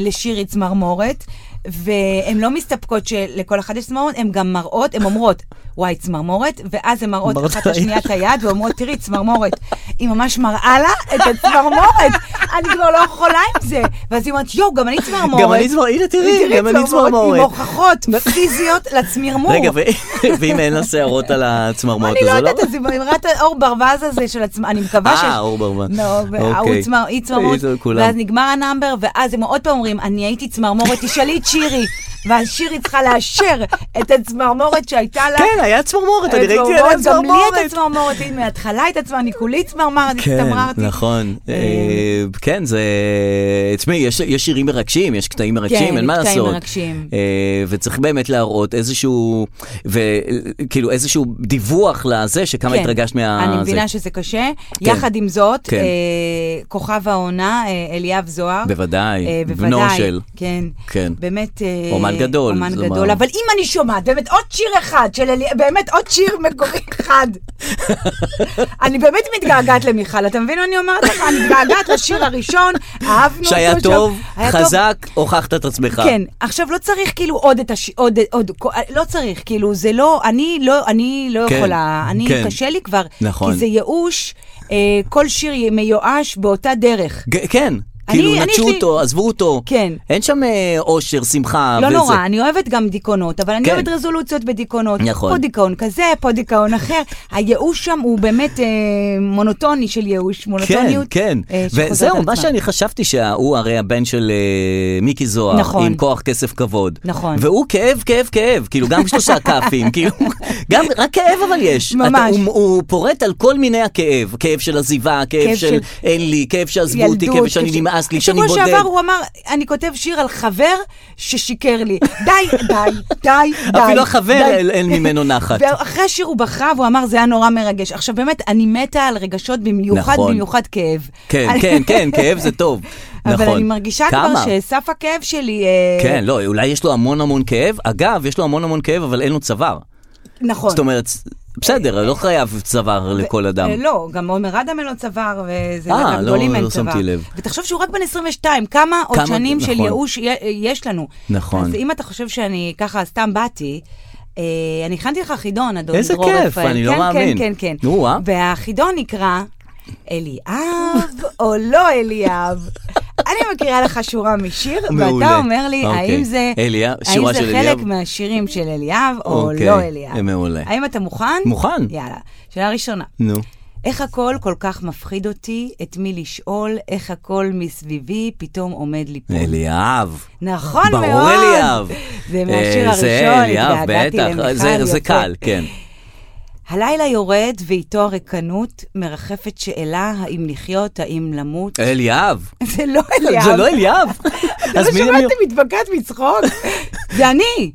Speaker 3: ולשירי צמרמורת, והן לא מסתפקות שלכל אחת יש צמרמורת, הן גם מראות, הן אומרות, וואי, צמרמורת, ואז הן מראות
Speaker 2: מראות
Speaker 3: אחת
Speaker 2: לה-
Speaker 3: לשנייה את היד ואומרות, תראי, צמרמורת. היא ממש מראה לה את הצמרמורת, אני כבר לא יכולה עם זה. ואז היא אומרת, יואו, גם אני צמרמורת.
Speaker 2: גם אני צמרמורת, הנה תראי, גם אני
Speaker 3: עם
Speaker 2: צמרמורת.
Speaker 3: הוכחות פיזיות לצמרמור.
Speaker 2: רגע, ו- ואם אין לה שערות על הצמרמורת,
Speaker 3: אני
Speaker 2: אז
Speaker 3: לא
Speaker 2: זה לא...
Speaker 3: יודעת, אז אמרת האור ברווז הזה של עצמה, אני מקווה ש...
Speaker 2: אה, אור ברווז.
Speaker 3: לא,
Speaker 2: אוקיי.
Speaker 3: ההוא צמר- היא צמרמורת,
Speaker 2: היא זה כולם.
Speaker 3: ואז נגמר הנאמבר, ואז הם עוד פעם אומרים, אני הייתי צמרמורת, תשאלי את שירי, ואז שירי צריכה לאשר את הצמרמורת שהייתה לה.
Speaker 2: כן, היה צמרמורת, אני ראיתי עליה
Speaker 3: הצמרמורת, גם לי
Speaker 2: צמרמורת.
Speaker 3: הייתה צמרמורת, היא מההתחלה הייתה צמרמורת, אני כולי צמרמרת,
Speaker 2: כן,
Speaker 3: הצטמררתי.
Speaker 2: נכון.
Speaker 3: אה,
Speaker 2: אה, כן, זה... תשמעי, יש- יש שירים מרגשים, יש קטעים מרגשים,
Speaker 3: כן,
Speaker 2: אין מה
Speaker 3: יש
Speaker 2: לעשות.
Speaker 3: קטעים מרגשים.
Speaker 2: אה, וצריך באמת להראות איזשהו, וכאילו איזשהו דיווח לזה, שכמה
Speaker 3: כן.
Speaker 2: התרגשת מה...
Speaker 3: אני
Speaker 2: זה.
Speaker 3: מבינה שזה קשה. יחד עם זאת,
Speaker 2: כן.
Speaker 3: אה, כוכב העונה, אה, אליאב זוהר.
Speaker 2: בוודאי,
Speaker 3: אה,
Speaker 2: בנו של.
Speaker 3: כן.
Speaker 2: כן.
Speaker 3: באמת... אה,
Speaker 2: אומן אומן גדול,
Speaker 3: אומן
Speaker 2: זאת אומרת.
Speaker 3: גדול, אבל אם אני שומעת באמת עוד שיר אחד של אלי... באמת עוד שיר מקורי אחד. אני באמת מתגעגעת למיכל, אתה מבין מה אני אומרת לך? אני מתגעגעת לשיר הראשון, אהבנו אותו.
Speaker 2: שהיה טוב,
Speaker 3: היה טוב.
Speaker 2: חזק, הוכחת את עצמך.
Speaker 3: כן, עכשיו לא צריך כאילו עוד את הש... עוד, עוד, לא צריך, כאילו, זה לא, אני לא, אני לא
Speaker 2: כן,
Speaker 3: יכולה, אני,
Speaker 2: כן.
Speaker 3: קשה לי כבר,
Speaker 2: נכון.
Speaker 3: כי זה ייאוש, אה, כל שיר יהיה מיואש באותה דרך.
Speaker 2: ג- כן,
Speaker 3: אני-
Speaker 2: כאילו
Speaker 3: אני יש
Speaker 2: נטשו
Speaker 3: לי-
Speaker 2: אותו, עזבו אותו.
Speaker 3: כן.
Speaker 2: אין שם אה, אושר, שמחה
Speaker 3: לא
Speaker 2: אה, וזה.
Speaker 3: נורא, אני אוהבת גם דיכאונות, אבל אני
Speaker 2: כן.
Speaker 3: אוהבת רזולוציות בדיכאונות.
Speaker 2: נכון.
Speaker 3: פה דיכאון כזה, פה דיכאון אחר. הייאוש שם הוא באמת אה, מונוטוני של ייאוש,
Speaker 2: כן,
Speaker 3: מונוטוניות.
Speaker 2: כן,
Speaker 3: אה, שחוזרת
Speaker 2: וזהו,
Speaker 3: על
Speaker 2: מה
Speaker 3: עצמה.
Speaker 2: שאני חשבתי שהוא הרי הבן של אה, מיקי זוהר,
Speaker 3: נכון.
Speaker 2: עם כוח כסף כבוד.
Speaker 3: נכון.
Speaker 2: והוא כאב, כאב, כאב, כאילו גם שלושה כ"פים, כאילו, גם, רק כאב אבל יש.
Speaker 3: ממש.
Speaker 2: אתה- הוא, הוא פורט על כל מיני הכאב, כאב של עזיבה, כאב,
Speaker 3: כאב
Speaker 2: של,
Speaker 3: של-
Speaker 2: אין לי, כאב שעזבו אותי, כאב
Speaker 3: ילדות,
Speaker 2: שאני
Speaker 3: כש-
Speaker 2: נמאס לי, שאני בודד.
Speaker 3: שבוע שעבר הוא אמר, אני כותב שיר על חבר ששיקר לי. די, די, די, די.
Speaker 2: אפילו החבר
Speaker 3: די.
Speaker 2: אין- אין ממנו נחת.
Speaker 3: ואחרי השיר הוא בכה והוא אמר, זה היה נורא מרגש. עכשיו באמת, אני מתה על רגשות במיוחד,
Speaker 2: נכון.
Speaker 3: במיוחד כאב.
Speaker 2: כן,
Speaker 3: אני-
Speaker 2: כן, כן, כאב זה טוב. נכון.
Speaker 3: אבל אני מרגישה
Speaker 2: כמה?
Speaker 3: כבר שסף הכאב שלי... אה,
Speaker 2: כן, לא, אולי יש לו המון המון כאב. אגב, יש לו המון המון כאב, אבל אין לו צוואר.
Speaker 3: נכון.
Speaker 2: זאת אומרת, בסדר, לא חייב צוואר לכל אדם.
Speaker 3: אה, לא, גם עומר אדם אין לו צוואר, וזה
Speaker 2: אה,
Speaker 3: לגדולים
Speaker 2: לא-
Speaker 3: אין
Speaker 2: לא
Speaker 3: צוואר.
Speaker 2: שמתי לב.
Speaker 3: ותחשוב שהוא רק בן 22, כמה עוד
Speaker 2: כמה-
Speaker 3: שנים של
Speaker 2: נכון.
Speaker 3: ייאוש יה- יש לנו.
Speaker 2: נכון.
Speaker 3: אז אם אתה חושב שאני ככה סתם באתי... אה, אני הכנתי לך חידון, אדון
Speaker 2: איזה
Speaker 3: דרור
Speaker 2: כיף,
Speaker 3: רפאל.
Speaker 2: אני לא
Speaker 3: כן,
Speaker 2: מאמין.
Speaker 3: כן, כן, כן.
Speaker 2: נו, אה?
Speaker 3: והחידון נקרא אליאב או לא אליאב. אני מקריאה לך שורה משיר,
Speaker 2: מעולה.
Speaker 3: ואתה אומר לי
Speaker 2: אוקיי.
Speaker 3: האם זה
Speaker 2: אליה-
Speaker 3: האם
Speaker 2: שורה
Speaker 3: זה
Speaker 2: של
Speaker 3: חלק
Speaker 2: אליאב?
Speaker 3: מהשירים של אליאב או
Speaker 2: אוקיי,
Speaker 3: לא אליאב.
Speaker 2: מעולה.
Speaker 3: האם אתה מוכן?
Speaker 2: מוכן.
Speaker 3: יאללה. שאלה ראשונה.
Speaker 2: נו.
Speaker 3: איך הכל כל כך מפחיד אותי, את מי לשאול, איך הכל מסביבי פתאום עומד לי פה.
Speaker 2: אליאב.
Speaker 3: נכון מאוד.
Speaker 2: ברור אליאב.
Speaker 3: זה מהשיר
Speaker 2: אה,
Speaker 3: הראשון,
Speaker 2: זה אליאב,
Speaker 3: התגעגעתי
Speaker 2: בטח. אה,
Speaker 3: למיכל,
Speaker 2: זה- זה
Speaker 3: יפה.
Speaker 2: קל, כן.
Speaker 3: הלילה יורד ואיתו הריקנות, מרחפת שאלה האם לחיות, האם למות.
Speaker 2: אליאב.
Speaker 3: זה לא אליאב.
Speaker 2: זה לא אליאב.
Speaker 3: לא
Speaker 2: אז מי
Speaker 3: שמעתם
Speaker 2: אני...
Speaker 3: מתבקעת מצחוק? זה אני.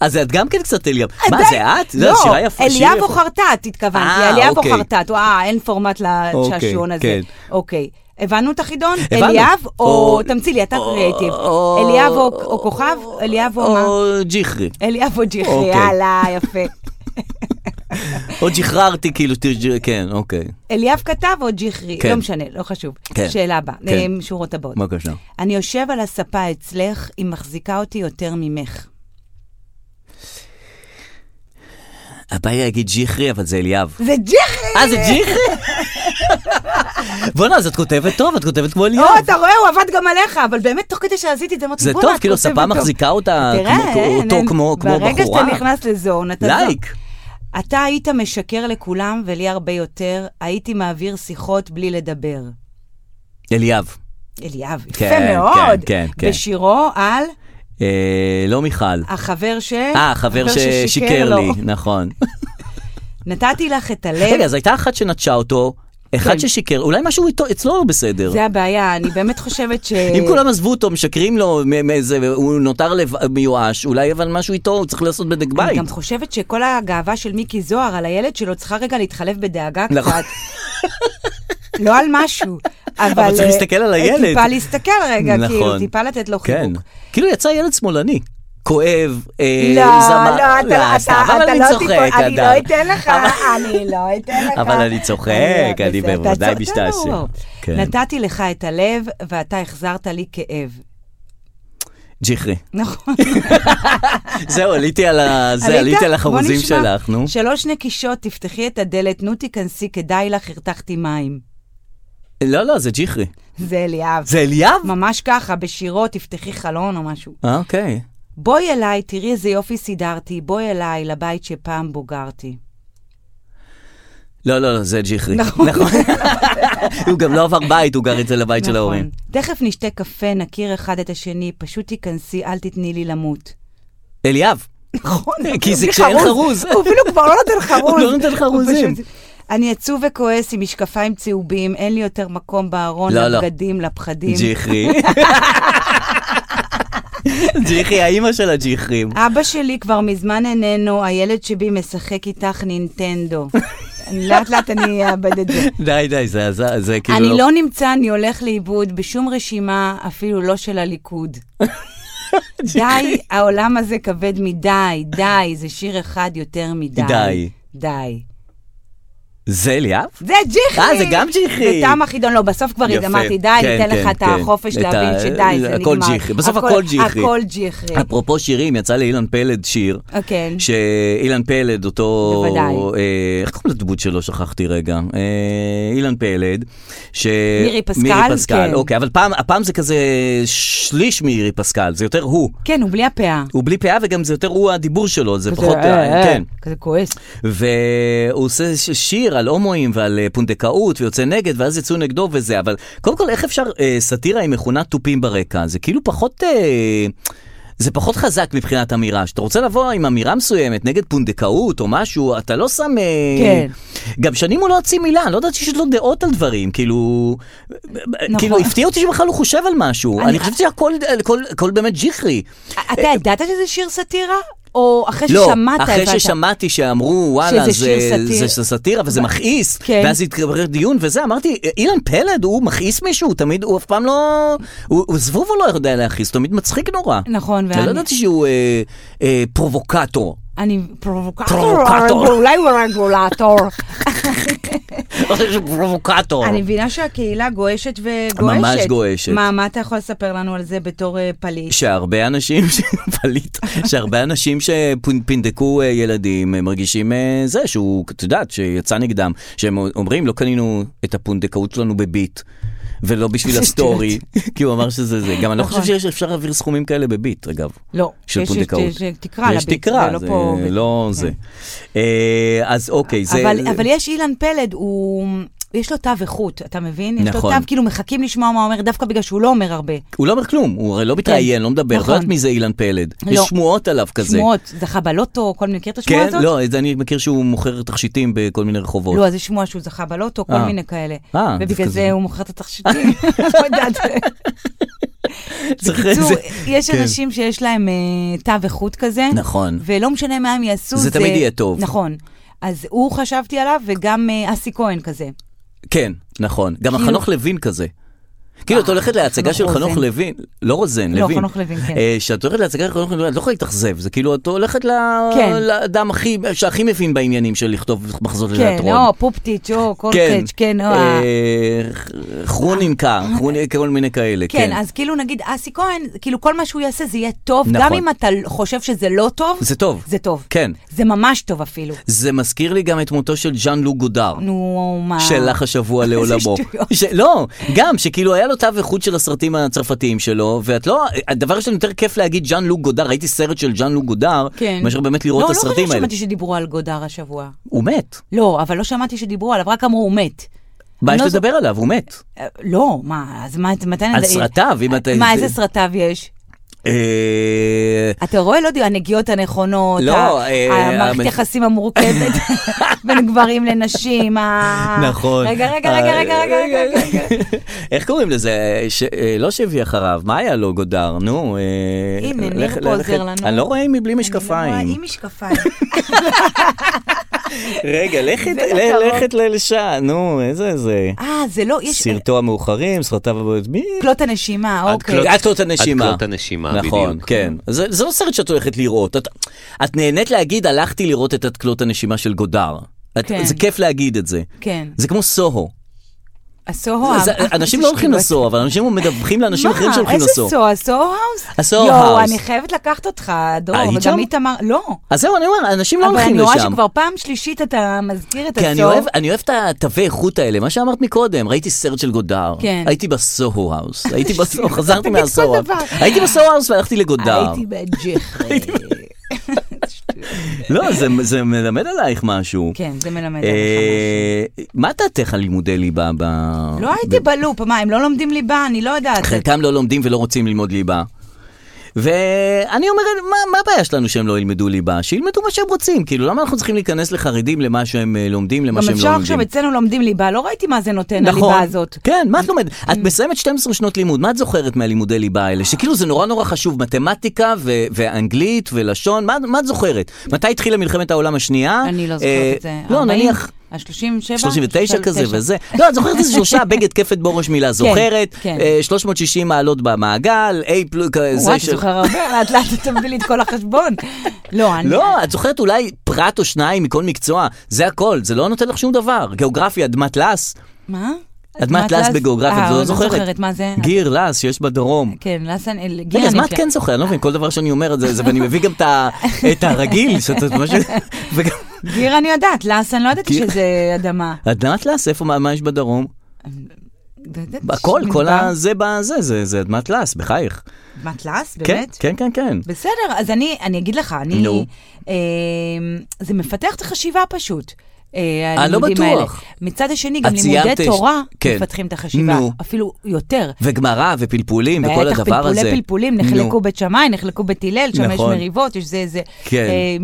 Speaker 2: אז את גם כן קצת אליאב. מה,
Speaker 3: עדיין-
Speaker 2: זה את?
Speaker 3: לא,
Speaker 2: זה שירה יפה. שיר
Speaker 3: אליאב
Speaker 2: יפה.
Speaker 3: או חרטט, התכוונתי.
Speaker 2: אה,
Speaker 3: אליאב או
Speaker 2: אוקיי.
Speaker 3: חרטט. אה, אין פורמט לשעשועון
Speaker 2: אוקיי,
Speaker 3: הזה.
Speaker 2: כן.
Speaker 3: אוקיי. הבנו את החידון?
Speaker 2: הבנו.
Speaker 3: אליאב או...
Speaker 2: או-
Speaker 3: תמציא לי, אתה
Speaker 2: או-
Speaker 3: קריאיטיב.
Speaker 2: או-
Speaker 3: אליאב או- או כוכב? אליאב או מה?
Speaker 2: או ג'יחרי.
Speaker 3: אליאב או ג'יחרי,
Speaker 2: אוקיי.
Speaker 3: יאללה, יפה.
Speaker 2: או ג'יחררתי, כאילו, תרג'י- כן, אוקיי.
Speaker 3: אליאב כתב או ג'יחרי?
Speaker 2: כן.
Speaker 3: לא משנה, לא חשוב.
Speaker 2: כן.
Speaker 3: שאלה הבאה,
Speaker 2: כן.
Speaker 3: אה, שורות הבאות.
Speaker 2: בבקשה.
Speaker 3: אני יושב על הספה אצלך, היא מחזיקה אותי יותר ממך.
Speaker 2: הבעיה יגיד ג'יחרי, אבל זה אליאב.
Speaker 3: זה ג'יחרי!
Speaker 2: אה, זה ג'יחרי? בוא'נה, אז את כותבת טוב, את כותבת כמו אליאב.
Speaker 3: או, אתה רואה, הוא עבד גם עליך, אבל באמת, תוך כדי שעשיתי את זה, אמרתי,
Speaker 2: זה
Speaker 3: "בוא'נה,
Speaker 2: טוב,
Speaker 3: את
Speaker 2: כאילו
Speaker 3: כותבת
Speaker 2: הספה
Speaker 3: טוב."
Speaker 2: מחזיקה אותה
Speaker 3: תראה,
Speaker 2: אה, כמו-
Speaker 3: אין,
Speaker 2: אותו
Speaker 3: אין.
Speaker 2: כמו כמו
Speaker 3: ברגע
Speaker 2: בחורה.
Speaker 3: שאתה נכנס לזון, אתה
Speaker 2: לייק.
Speaker 3: זון. אתה היית משקר לכולם ולי הרבה יותר, הייתי מעביר שיחות בלי לדבר.
Speaker 2: אליאב.
Speaker 3: אליאב, יפה
Speaker 2: כן,
Speaker 3: מאוד.
Speaker 2: כן, כן.
Speaker 3: בשירו על
Speaker 2: אה, לא מיכל.
Speaker 3: החבר ש...
Speaker 2: אה, חבר ששיקר
Speaker 3: לו.
Speaker 2: לי, נכון.
Speaker 3: נתתי לך את הלב.
Speaker 2: רגע, אז הייתה אחת שנטשה אותו, אחד
Speaker 3: כן.
Speaker 2: ששיקר, אולי משהו איתו- אצלו לא בסדר.
Speaker 3: זה הבעיה, אני באמת חושבת ש...
Speaker 2: אם כולם עזבו אותו, משקרים לו, מ- מ- זה- הוא נותר לב- מיואש, אולי אבל משהו איתו, הוא צריך לעשות בדק
Speaker 3: אני
Speaker 2: בית.
Speaker 3: גם חושבת שכל הגאווה של מיקי זוהר על הילד שלו צריכה רגע להתחלף בדאגה
Speaker 2: נכון.
Speaker 3: קצת. לא על משהו, אבל...
Speaker 2: אבל צריך
Speaker 3: אה,
Speaker 2: להסתכל על
Speaker 3: אה,
Speaker 2: הילד.
Speaker 3: טיפה להסתכל רגע,
Speaker 2: נכון.
Speaker 3: כאילו, טיפה לתת לו
Speaker 2: כן.
Speaker 3: חיבוק.
Speaker 2: כאילו יצא ילד שמאלני. כואב, אה,
Speaker 3: לא,
Speaker 2: זמר-
Speaker 3: לא, אתה-
Speaker 2: סתם,
Speaker 3: אתה
Speaker 2: אבל
Speaker 3: אתה
Speaker 2: אני
Speaker 3: לא
Speaker 2: צוחק,
Speaker 3: תיפול, אני
Speaker 2: אדם.
Speaker 3: לא אתן לך, אני לא אתן לך.
Speaker 2: אבל אני צוחק,
Speaker 3: לא,
Speaker 2: אני
Speaker 3: בסדר,
Speaker 2: בוודאי
Speaker 3: אתה צוחק,
Speaker 2: משתעשע.
Speaker 3: ברור.
Speaker 2: כן.
Speaker 3: נתתי לך את הלב, ואתה החזרת לי כאב.
Speaker 2: ג'יחרי.
Speaker 3: נכון.
Speaker 2: זהו, עליתי על ה- זה,
Speaker 3: עלית?
Speaker 2: עליתי על
Speaker 3: בוא
Speaker 2: החרוזים
Speaker 3: נשמע.
Speaker 2: שלך, נו.
Speaker 3: שלוש נקישות, תפתחי את הדלת, נו תיכנסי, כדאי לך, הרתחתי מים.
Speaker 2: לא, לא, זה ג'יחרי.
Speaker 3: זה אליאב.
Speaker 2: זה אליאב?
Speaker 3: ממש ככה, בשירו, תפתחי חלון או משהו.
Speaker 2: אה, אוקיי.
Speaker 3: בואי אליי, תראי איזה יופי סידרתי, בואי אליי, לבית שפעם בוגרתי.
Speaker 2: לא, לא, לא, זה ג'יחרי.
Speaker 3: נכון.
Speaker 2: הוא גם לא עבר בית, הוא גר אצל הבית של ההורים.
Speaker 3: נכון. תכף נשתה קפה, נכיר אחד את השני, פשוט תיכנסי, אל תתני לי למות.
Speaker 2: אליאב.
Speaker 3: נכון.
Speaker 2: כי זה כשאין חרוז.
Speaker 3: הוא אפילו כבר לא נותן חרוז.
Speaker 2: הוא לא נותן
Speaker 3: הוא
Speaker 2: חרוזים.
Speaker 3: פשוט- אני עצוב וכועס עם משקפיים צהובים, אין לי יותר מקום בארון,
Speaker 2: לא, לא.
Speaker 3: לבגדים, לפחדים.
Speaker 2: ג'יחרי. ג'יחרי, האימא של הג'יחרים.
Speaker 3: אבא שלי כבר מזמן איננו, הילד שבי משחק איתך נינטנדו. אני לאט לאט אני אאבד את זה.
Speaker 2: די, די, זה- זה זה כאילו...
Speaker 3: לא אני לא נמצא, אני הולך לאיבוד בשום רשימה, אפילו לא של הליכוד. לא די, העולם הזה כבד מדי, די, זה שיר אחד יותר מדי.
Speaker 2: די.
Speaker 3: די.
Speaker 2: זה אליאב?
Speaker 3: זה ג'יחי!
Speaker 2: אה, זה גם ג'יחי.
Speaker 3: ותם החידון, לא, בסוף כבר
Speaker 2: יפה.
Speaker 3: אמרתי, די,
Speaker 2: כן,
Speaker 3: ניתן
Speaker 2: כן,
Speaker 3: לך את
Speaker 2: כן.
Speaker 3: החופש
Speaker 2: את ה-
Speaker 3: להבין שדי, זה נגמר.
Speaker 2: הכל ג'יחי, בסוף הכל ג'יחי.
Speaker 3: הכל ג'יחי.
Speaker 2: אפרופו שירים, יצא לאילן פלד שיר.
Speaker 3: אה, כן.
Speaker 2: שאילן פלד, אותו...
Speaker 3: בוודאי.
Speaker 2: אה, איך קוראים לדמות שלו? שכחתי רגע. אה, אילן פלד. ש...
Speaker 3: מירי פסקל?
Speaker 2: מירי פסקל,
Speaker 3: כן.
Speaker 2: אוקיי. אבל פעם, הפעם זה כזה שליש מירי פסקל, זה יותר הוא.
Speaker 3: כן, הוא בלי הפאה.
Speaker 2: הוא בלי פאה וגם זה יותר הוא הדיבור שלו, זה
Speaker 3: כזה,
Speaker 2: פחות...
Speaker 3: אה, אה,
Speaker 2: כן.
Speaker 3: כזה כועס.
Speaker 2: והוא עושה ש- שיר על הומואים ועל אה, פונדקאות ויוצא נגד ואז יצאו נגדו וזה אבל קודם כל איך אפשר אה, סאטירה עם מכונת תופים ברקע זה כאילו פחות אה, זה פחות חזק מבחינת אמירה שאתה רוצה לבוא עם אמירה מסוימת נגד פונדקאות או משהו אתה לא שם אה,
Speaker 3: כן.
Speaker 2: גם שנים הוא לא הוציא מילה לא ידעתי שיש לו דעות על דברים כאילו
Speaker 3: נכון.
Speaker 2: כאילו הפתיע אותי שבכלל הוא חושב על משהו
Speaker 3: אני-
Speaker 2: אני, חושבת שהכל הכל- הכל באמת ג'יחרי.
Speaker 3: אתה ידעת שזה שיר סאטירה? או אחרי
Speaker 2: אה, לא,
Speaker 3: ששמעת?
Speaker 2: אחרי
Speaker 3: הבנת?
Speaker 2: ששמעתי שאמרו, וואלה,
Speaker 3: שזה
Speaker 2: זה,
Speaker 3: שיר סאטיר."
Speaker 2: זה, זה סאטירה וזה מכעיס,
Speaker 3: כן.
Speaker 2: ואז התקבל דיון וזה, אמרתי, אילן פלד, הוא מכעיס מישהו, תמיד, הוא אף פעם לא... הוא, הוא זבוב, הוא לא יודע להכעיס, תמיד מצחיק נורא.
Speaker 3: נכון,
Speaker 2: ואני...
Speaker 3: ואני-
Speaker 2: לא ידעתי שהוא אה, אה, פרובוקטור.
Speaker 3: אני פרובוקטור,
Speaker 2: פרובוקטור.
Speaker 3: אבל אולי הוא רגולטור.
Speaker 2: לא חושב שהוא פרובוקטור.
Speaker 3: אני מבינה שהקהילה גועשת וגועשת.
Speaker 2: ממש גועשת.
Speaker 3: מה, מה אתה יכול לספר לנו על זה בתור אה, פליט?
Speaker 2: שהרבה אנשים, פליט, שהרבה אנשים שפינדקו אה, ילדים הם מרגישים אה, זה שהוא, את יודעת, שיצא נגדם, שהם אומרים לא קנינו את הפונדקאות שלנו בביט. ולא בשביל
Speaker 3: זה
Speaker 2: הסטורי, כי הוא אמר שזה זה. גם אני לא
Speaker 3: נכון.
Speaker 2: חושב שיש אפשר להעביר סכומים כאלה בביט, אגב.
Speaker 3: לא,
Speaker 2: של
Speaker 3: יש-
Speaker 2: פונדקאות.
Speaker 3: יש- יש תקרה
Speaker 2: יש
Speaker 3: לביט, זה לא
Speaker 2: תקרה, זה
Speaker 3: פה-
Speaker 2: לא
Speaker 3: כן.
Speaker 2: זה. אה, אז אוקיי, זה...
Speaker 3: אבל, אבל יש אילן פלד, הוא... יש לו תו איכות, אתה מבין? יש לו
Speaker 2: נכון.
Speaker 3: תו, כאילו מחכים לשמוע מה הוא אומר, דווקא בגלל שהוא לא אומר הרבה.
Speaker 2: הוא לא אומר כלום, הוא הרי לא מתראיין, לא מדבר, את
Speaker 3: נכון.
Speaker 2: יודעת מי זה אילן פלד.
Speaker 3: לא.
Speaker 2: יש שמועות עליו כזה.
Speaker 3: שמועות, זכה בלוטו, כל מיני, מכיר את השמועה
Speaker 2: כן,
Speaker 3: הזאת?
Speaker 2: לא, את זה אני מכיר שהוא מוכר תכשיטים בכל מיני רחובות.
Speaker 3: לא, אז יש שמועה שהוא זכה בלוטו, כל
Speaker 2: אה.
Speaker 3: מיני כאלה.
Speaker 2: אה, דווקא
Speaker 3: ובגלל זה
Speaker 2: זה.
Speaker 3: הוא מוכר את התכשיטים. לא יודעת.
Speaker 2: צריך
Speaker 3: בקיצור,
Speaker 2: איזה-
Speaker 3: יש
Speaker 2: כן.
Speaker 3: אנשים שיש להם אה, תו איכות כזה.
Speaker 2: נכון.
Speaker 3: ולא משנה מה הם יעשו.
Speaker 2: זה תמיד יהיה טוב.
Speaker 3: נכון. אז הוא חשבתי עליו, וגם אה, אסי כהן כזה.
Speaker 2: כן, נכון. גם החנוך לוין כזה. כאילו, את הולכת להצגה של
Speaker 3: אה, חנוך
Speaker 2: חנוך
Speaker 3: רוזן.
Speaker 2: לוין, לא רוזן,
Speaker 3: לא,
Speaker 2: לוין.
Speaker 3: חנוך לוין, כן.
Speaker 2: אה, שאת הולכת להצגה של חנוך לוין, את לא יכולה להתאכזב, זה כאילו, את הולכת ל-
Speaker 3: כן.
Speaker 2: לאדם הכי- שהכי מבין בעניינים של לכתוב מחזות
Speaker 3: כן,
Speaker 2: לתיאטרון.
Speaker 3: או פופטיץ', או קולקץ', כן, או... ה- אה,
Speaker 2: אה, ח- חרונינקה, חרוני- כל מיני כאלה,
Speaker 3: כן,
Speaker 2: כן.
Speaker 3: אז כאילו נגיד אסי כהן, כאילו כל מה שהוא יעשה זה יהיה טוב,
Speaker 2: נכון.
Speaker 3: גם אם אתה חושב שזה לא טוב,
Speaker 2: זה טוב.
Speaker 3: זה טוב.
Speaker 2: כן.
Speaker 3: זה ממש טוב אפילו.
Speaker 2: זה מזכיר לי גם את מותו של ז'אן לוק גודר.
Speaker 3: נו, מה...
Speaker 2: שהלך השבוע
Speaker 3: אה. איזה
Speaker 2: לעולמו.
Speaker 3: שטויות.
Speaker 2: ש... לא, גם שכאילו היה לו תו איכות של הסרטים הצרפתיים שלו, ואת לא, הדבר ראשון יותר כיף להגיד ז'אן לוק גודר, ראיתי סרט של ז'אן לוק גודר,
Speaker 3: כן.
Speaker 2: מאשר באמת לראות את
Speaker 3: לא, לא
Speaker 2: הסרטים
Speaker 3: חושב
Speaker 2: האלה.
Speaker 3: שמעתי שדיברו על גודר השבוע.
Speaker 2: הוא מת,
Speaker 3: לא, אבל לא שמעתי שדיברו עליו, רק אמרו הוא מת.
Speaker 2: מה
Speaker 3: אני
Speaker 2: יש
Speaker 3: לא
Speaker 2: לדבר עליו, הוא מת.
Speaker 3: אה, לא, מה, אז מה, מתי... אה,
Speaker 2: על סרטיו, אם אתה...
Speaker 3: מה,
Speaker 2: זה-
Speaker 3: איזה סרטיו יש?
Speaker 2: אה,
Speaker 3: אתה רואה, לא יודע, הנגיעות הנכונות,
Speaker 2: לא,
Speaker 3: ה-
Speaker 2: אה,
Speaker 3: המערכת
Speaker 2: המ-
Speaker 3: יחסים המורכבת בין גברים לנשים, ה...
Speaker 2: נכון.
Speaker 3: אה, רגע, רגע, רגע,
Speaker 2: אה,
Speaker 3: רגע, רגע, רגע, רגע.
Speaker 2: איך קוראים לזה? ש- אה, לא שהביא אחריו, מה היה לו גודר? נו. אה,
Speaker 3: הנה, ניר
Speaker 2: לך-
Speaker 3: פה עוזר
Speaker 2: ללכת-
Speaker 3: לנו.
Speaker 2: אני לא רואה מבלי
Speaker 3: אני לא רואה,
Speaker 2: משקפיים.
Speaker 3: עם משקפיים.
Speaker 2: רגע, לכת-
Speaker 3: זה לא
Speaker 2: ל-
Speaker 3: הכבוד.
Speaker 2: לכת לשם, נו, איזה זה.
Speaker 3: אה, זה לא, יש...
Speaker 2: סרטו המאוחרים, סרטיו הבאות, מי?
Speaker 3: קלות הנשימה, אוקיי.
Speaker 2: עד כלות הנשימה.
Speaker 6: עד כלות הנשימה,
Speaker 2: נכון,
Speaker 6: בדיוק.
Speaker 2: כן. זה זה לא סרט שאת הולכת לראות. את- את נהנית להגיד, הלכתי לראות את עד כלות הנשימה של גודר. את-
Speaker 3: כן.
Speaker 2: זה כיף להגיד את זה.
Speaker 3: כן.
Speaker 2: זה כמו סוהו.
Speaker 3: הסוהו...
Speaker 2: זה-
Speaker 3: אה,
Speaker 2: אנשים
Speaker 3: זה
Speaker 2: לא הולכים
Speaker 3: שטויות.
Speaker 2: לסוהו, אבל אנשים מדווחים לאנשים
Speaker 3: מה?
Speaker 2: אחרים שהולכים
Speaker 3: איזה
Speaker 2: לסוהו.
Speaker 3: סוהו? הסוהו האוס?
Speaker 2: הסוהו
Speaker 3: יואו,
Speaker 2: האוס.
Speaker 3: אני חייבת לקחת אותך, דרור,
Speaker 2: היית
Speaker 3: וגם
Speaker 2: שם?
Speaker 3: איתמר... לא.
Speaker 2: אז זהו, אני אומר, אנשים לא
Speaker 3: אבל
Speaker 2: הולכים
Speaker 3: אני רואה
Speaker 2: לשם.
Speaker 3: שכבר פעם שלישית אתה מזכיר את
Speaker 2: כי
Speaker 3: הסוהו.
Speaker 2: אני אוהב, אני אוהב את התווי איכות האלה, מה שאמרת מקודם, ראיתי סרט של גודר,
Speaker 3: כן.
Speaker 2: הייתי בסוהו האוס, הייתי בסוהו, חזרתי
Speaker 3: תגיד כל
Speaker 2: מהסוהו, האוס.
Speaker 3: דבר.
Speaker 2: הייתי בסוהו האוס והלכתי לגודר.
Speaker 3: הייתי בג'חרי.
Speaker 2: לא, זה- זה מלמד עלייך משהו.
Speaker 3: כן, זה מלמד עליך משהו.
Speaker 2: אה, מה דעתך על לימודי ליבה? ב-
Speaker 3: לא הייתי בלופ, מה, הם לא לומדים ליבה? אני לא יודעת.
Speaker 2: חלקם לא לומדים ולא רוצים ללמוד ליבה. ואני אומר, מה, מה הבעיה שלנו שהם לא ילמדו ליבה? שילמדו מה שהם רוצים. כאילו, למה אנחנו צריכים להיכנס לחרדים למה שהם אה, לומדים, למה
Speaker 3: גם
Speaker 2: שהם לא
Speaker 3: אפשר
Speaker 2: לומדים?
Speaker 3: עכשיו, אצלנו לומדים ליבה, לא ראיתי מה זה נותן, הליבה הזאת. Mm.
Speaker 2: כן, מה את לומדת? את מסיימת 12 שנות לימוד, מה את זוכרת מהלימודי ליבה האלה? שכאילו זה נורא נורא חשוב, מתמטיקה ו- ואנגלית ולשון, מה, מה את זוכרת? מתי התחילה מלחמת העולם השנייה?
Speaker 3: אני לא זוכרת
Speaker 2: אה,
Speaker 3: את זה.
Speaker 2: לא,
Speaker 3: 40?
Speaker 2: נניח...
Speaker 3: ה-37? כן,
Speaker 2: 39 כזה וזה. לא, את זוכרת איזה שלושה בגד כפת בראש מילה, זוכרת?
Speaker 3: כן.
Speaker 2: אה, 360 מעלות במעגל, A פלוס, כזה
Speaker 3: וואי, אתה
Speaker 2: של...
Speaker 3: זוכר הרבה, לאט לאט אתה מביא לי את כל החשבון. לא, אני...
Speaker 2: לא, את זוכרת אולי פרט או שניים מכל מקצוע, זה הכל, זה לא נותן לך שום דבר. גיאוגרפיה, אדמת לס,
Speaker 3: מה?
Speaker 2: אדמת לס בגיאוגרפיה,
Speaker 3: אה,
Speaker 2: את לא
Speaker 3: לא
Speaker 2: זוכרת.
Speaker 3: זוכרת, מה זה?
Speaker 2: גיר לס שיש בדרום.
Speaker 3: כן, לס... אני- גיר
Speaker 2: רגע, אז
Speaker 3: אני
Speaker 2: מה את כן זוכרת? אני לא מבין, כל דבר שאני אומר את זה, זה- ואני מביא גם את ה- את הרגיל, שאתה משהו... וגם...
Speaker 3: גיר אני יודעת, לס אני לא ידעתי
Speaker 2: גיר-
Speaker 3: שזה אדמה.
Speaker 2: אדמת לס, איפה, מה- מה יש בדרום? הכל, כל
Speaker 3: מדבר.
Speaker 2: הזה בזה, זה- זה אדמת לס, בחייך.
Speaker 3: אדמת לס,
Speaker 2: כן,
Speaker 3: באמת?
Speaker 2: כן, כן, כן.
Speaker 3: בסדר, אז אני, אני אגיד לך, אני...
Speaker 2: נו.
Speaker 3: אה, זה מפתח את החשיבה פשוט. אה,
Speaker 2: אה, לא
Speaker 3: הלימודים האלה.
Speaker 2: בטוח.
Speaker 3: מצד השני, גם
Speaker 2: את
Speaker 3: לימודי
Speaker 2: ציינת ש-
Speaker 3: תורה
Speaker 2: כן.
Speaker 3: מפתחים את החשיבה,
Speaker 2: נו.
Speaker 3: אפילו יותר.
Speaker 2: וגמרא ופלפולים וכל
Speaker 3: בטח,
Speaker 2: הדבר הזה.
Speaker 3: פלפולי פלפולים, נחלקו בית שמאי, נחלקו בית הלל, שם יש
Speaker 2: נכון.
Speaker 3: מריבות, יש זה, זה.
Speaker 2: כן.
Speaker 3: אה,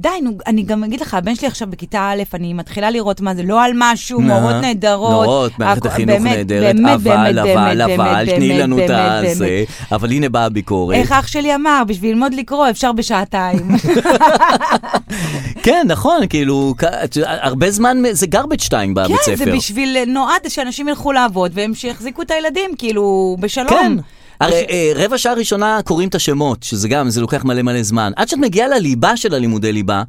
Speaker 3: די, נו, אני גם אגיד לך, הבן שלי עכשיו בכיתה א', אני מתחילה לראות מה זה, לא על משהו,
Speaker 2: נו,
Speaker 3: מורות נהדרות.
Speaker 2: אה? נורות, מערכת
Speaker 3: הכ-
Speaker 2: החינוך
Speaker 3: באמת,
Speaker 2: נהדרת,
Speaker 3: באמת,
Speaker 2: אבל,
Speaker 3: באמת,
Speaker 2: אבל,
Speaker 3: באמת,
Speaker 2: אבל,
Speaker 3: באמת,
Speaker 2: תני
Speaker 3: באמת,
Speaker 2: לנו את
Speaker 3: באמת,
Speaker 2: הזה.
Speaker 3: באמת.
Speaker 2: אבל הנה באה הביקורת.
Speaker 3: איך אח שלי אמר, בשביל ללמוד לקרוא אפשר בשעתיים.
Speaker 2: כן, נכון, כאילו, כ- את יודעת, הרבה זמן, זה garbage time בבית
Speaker 3: כן,
Speaker 2: ספר.
Speaker 3: זה בשביל, נועד שאנשים ילכו לעבוד והם שיחזיקו את הילדים, כאילו, בשלום.
Speaker 2: כן. הרי אה, רבע שעה ראשונה קוראים את השמות, שזה גם, זה לוקח מלא מלא זמן. עד שאת מגיעה לליבה של הלימודי ליבה,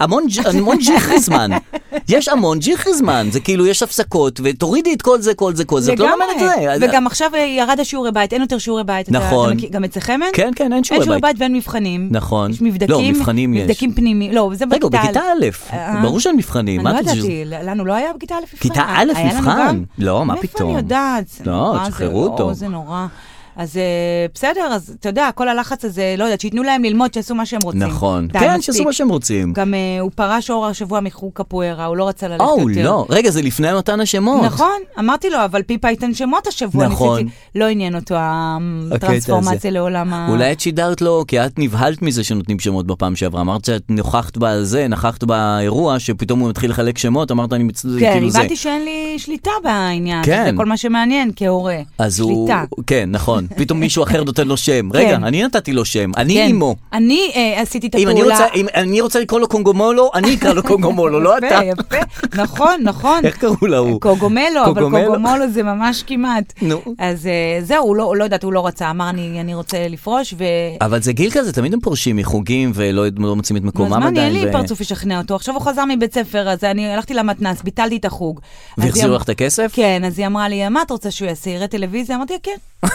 Speaker 2: המון, ג'- המון ג'יחרי זמן. יש המון ג'יחרי זמן, זה כאילו, יש הפסקות, ותורידי את כל זה, כל זה, כל זה, את לא לומדת את זה.
Speaker 3: וגם עכשיו אה, ירד השיעורי בית, אין יותר שיעורי בית. אתה-
Speaker 2: נכון.
Speaker 3: אתה מכיר- גם אצלכם אין?
Speaker 2: כן, כן, אין שיעורי
Speaker 3: אין שיעורי
Speaker 2: בית.
Speaker 3: בית ואין מבחנים.
Speaker 2: נכון.
Speaker 3: יש מבדקים.
Speaker 2: לא, מבחנים יש.
Speaker 3: מבדקים פנימיים. לא, זה
Speaker 2: רגע,
Speaker 3: בכיתה
Speaker 2: הוא בכיתה א',
Speaker 3: אה.
Speaker 2: ברור שאין מבחנים,
Speaker 3: אני
Speaker 2: מה
Speaker 3: לא
Speaker 2: את חושבת?
Speaker 3: ידעתי, לנו לא היה בכיתה א' מבחן.
Speaker 2: כיתה
Speaker 3: היה
Speaker 2: א'
Speaker 3: לנו
Speaker 2: מבחן?
Speaker 3: גם?
Speaker 2: לא, מה
Speaker 3: מאיפה
Speaker 2: פתאום?
Speaker 3: אני יודעת? זה
Speaker 2: לא,
Speaker 3: נורא, זה
Speaker 2: תשחררו
Speaker 3: לא,
Speaker 2: אותו.
Speaker 3: זה נורא. אז אה, בסדר, אז אתה יודע, כל הלחץ הזה, לא יודעת, שייתנו להם ללמוד, שיעשו מה שהם רוצים.
Speaker 2: נכון.
Speaker 3: די,
Speaker 2: כן,
Speaker 3: מספיק.
Speaker 2: שיעשו מה שהם רוצים.
Speaker 3: גם אה, הוא פרש אור השבוע מחוג קפוארה, הוא לא רצה ללכת
Speaker 2: או,
Speaker 3: יותר.
Speaker 2: לא. רגע, זה לפני מתן השמות.
Speaker 3: נכון, אמרתי לו, אבל פיפה ייתן שמות השבוע.
Speaker 2: נכון.
Speaker 3: ניסיתי, לא עניין אותו
Speaker 2: הקטע הזה.
Speaker 3: הטרנספורמציה לעולם ה...
Speaker 2: אולי את שידרת לו, כי את נבהלת מזה שנותנים שמות בפעם שעברה. אמרת שאת נוכחת בזה, נכחת באירוע, שפתאום הוא מתחיל לחלק שמות, אמרת אני מצטער,
Speaker 3: כן,
Speaker 2: כאילו זה.
Speaker 3: הבנתי שאין לי שליטה בעניין,
Speaker 2: כן.
Speaker 3: שזה כל מה שמעניין כהורה.
Speaker 2: אז הוא...
Speaker 3: שליטה.
Speaker 2: כן, נכון. פתאום מישהו אחר נותן לו שם. רגע, אני נתתי לו שם, אני
Speaker 3: כן.
Speaker 2: אימו.
Speaker 3: אני אה, עשיתי את
Speaker 2: אם
Speaker 3: הפעולה.
Speaker 2: אני רוצה- אם אני רוצה לקרוא לו קונגומולו, אני אקרא לו קונגומולו, לא אתה.
Speaker 3: יפה, יפה, נכון, נכון.
Speaker 2: איך קראו לה הוא?
Speaker 3: קוגומלו, אבל
Speaker 2: קוגומלו.
Speaker 3: קוגומולו זה ממש כמעט.
Speaker 2: נו.
Speaker 3: אז אה, זהו, הוא לא- הוא לא יודעת, הוא לא רצה, אמר אני אני רוצה לפרוש,
Speaker 2: אה,
Speaker 3: ו...
Speaker 2: אבל זה גיל כזה, תמיד הם פורשים מחוגים ולא לא מוצאים את
Speaker 3: נו,
Speaker 2: מקומם
Speaker 3: אז
Speaker 2: עדיין.
Speaker 3: מה, אני אין לי
Speaker 2: ו-
Speaker 3: פרצוף לשכנע אותו. עכשיו הוא חזר מבית ספר, אז אני הלכתי למתנ"ס, ביטלתי את החוג. אז היא
Speaker 2: והחזירו
Speaker 3: אמ-
Speaker 2: לך את הכסף?
Speaker 3: כן, אז היא אמרה לי, מה את רוצה שהוא יעשה? יראה טלוויזיה? אמרתי לה, כן.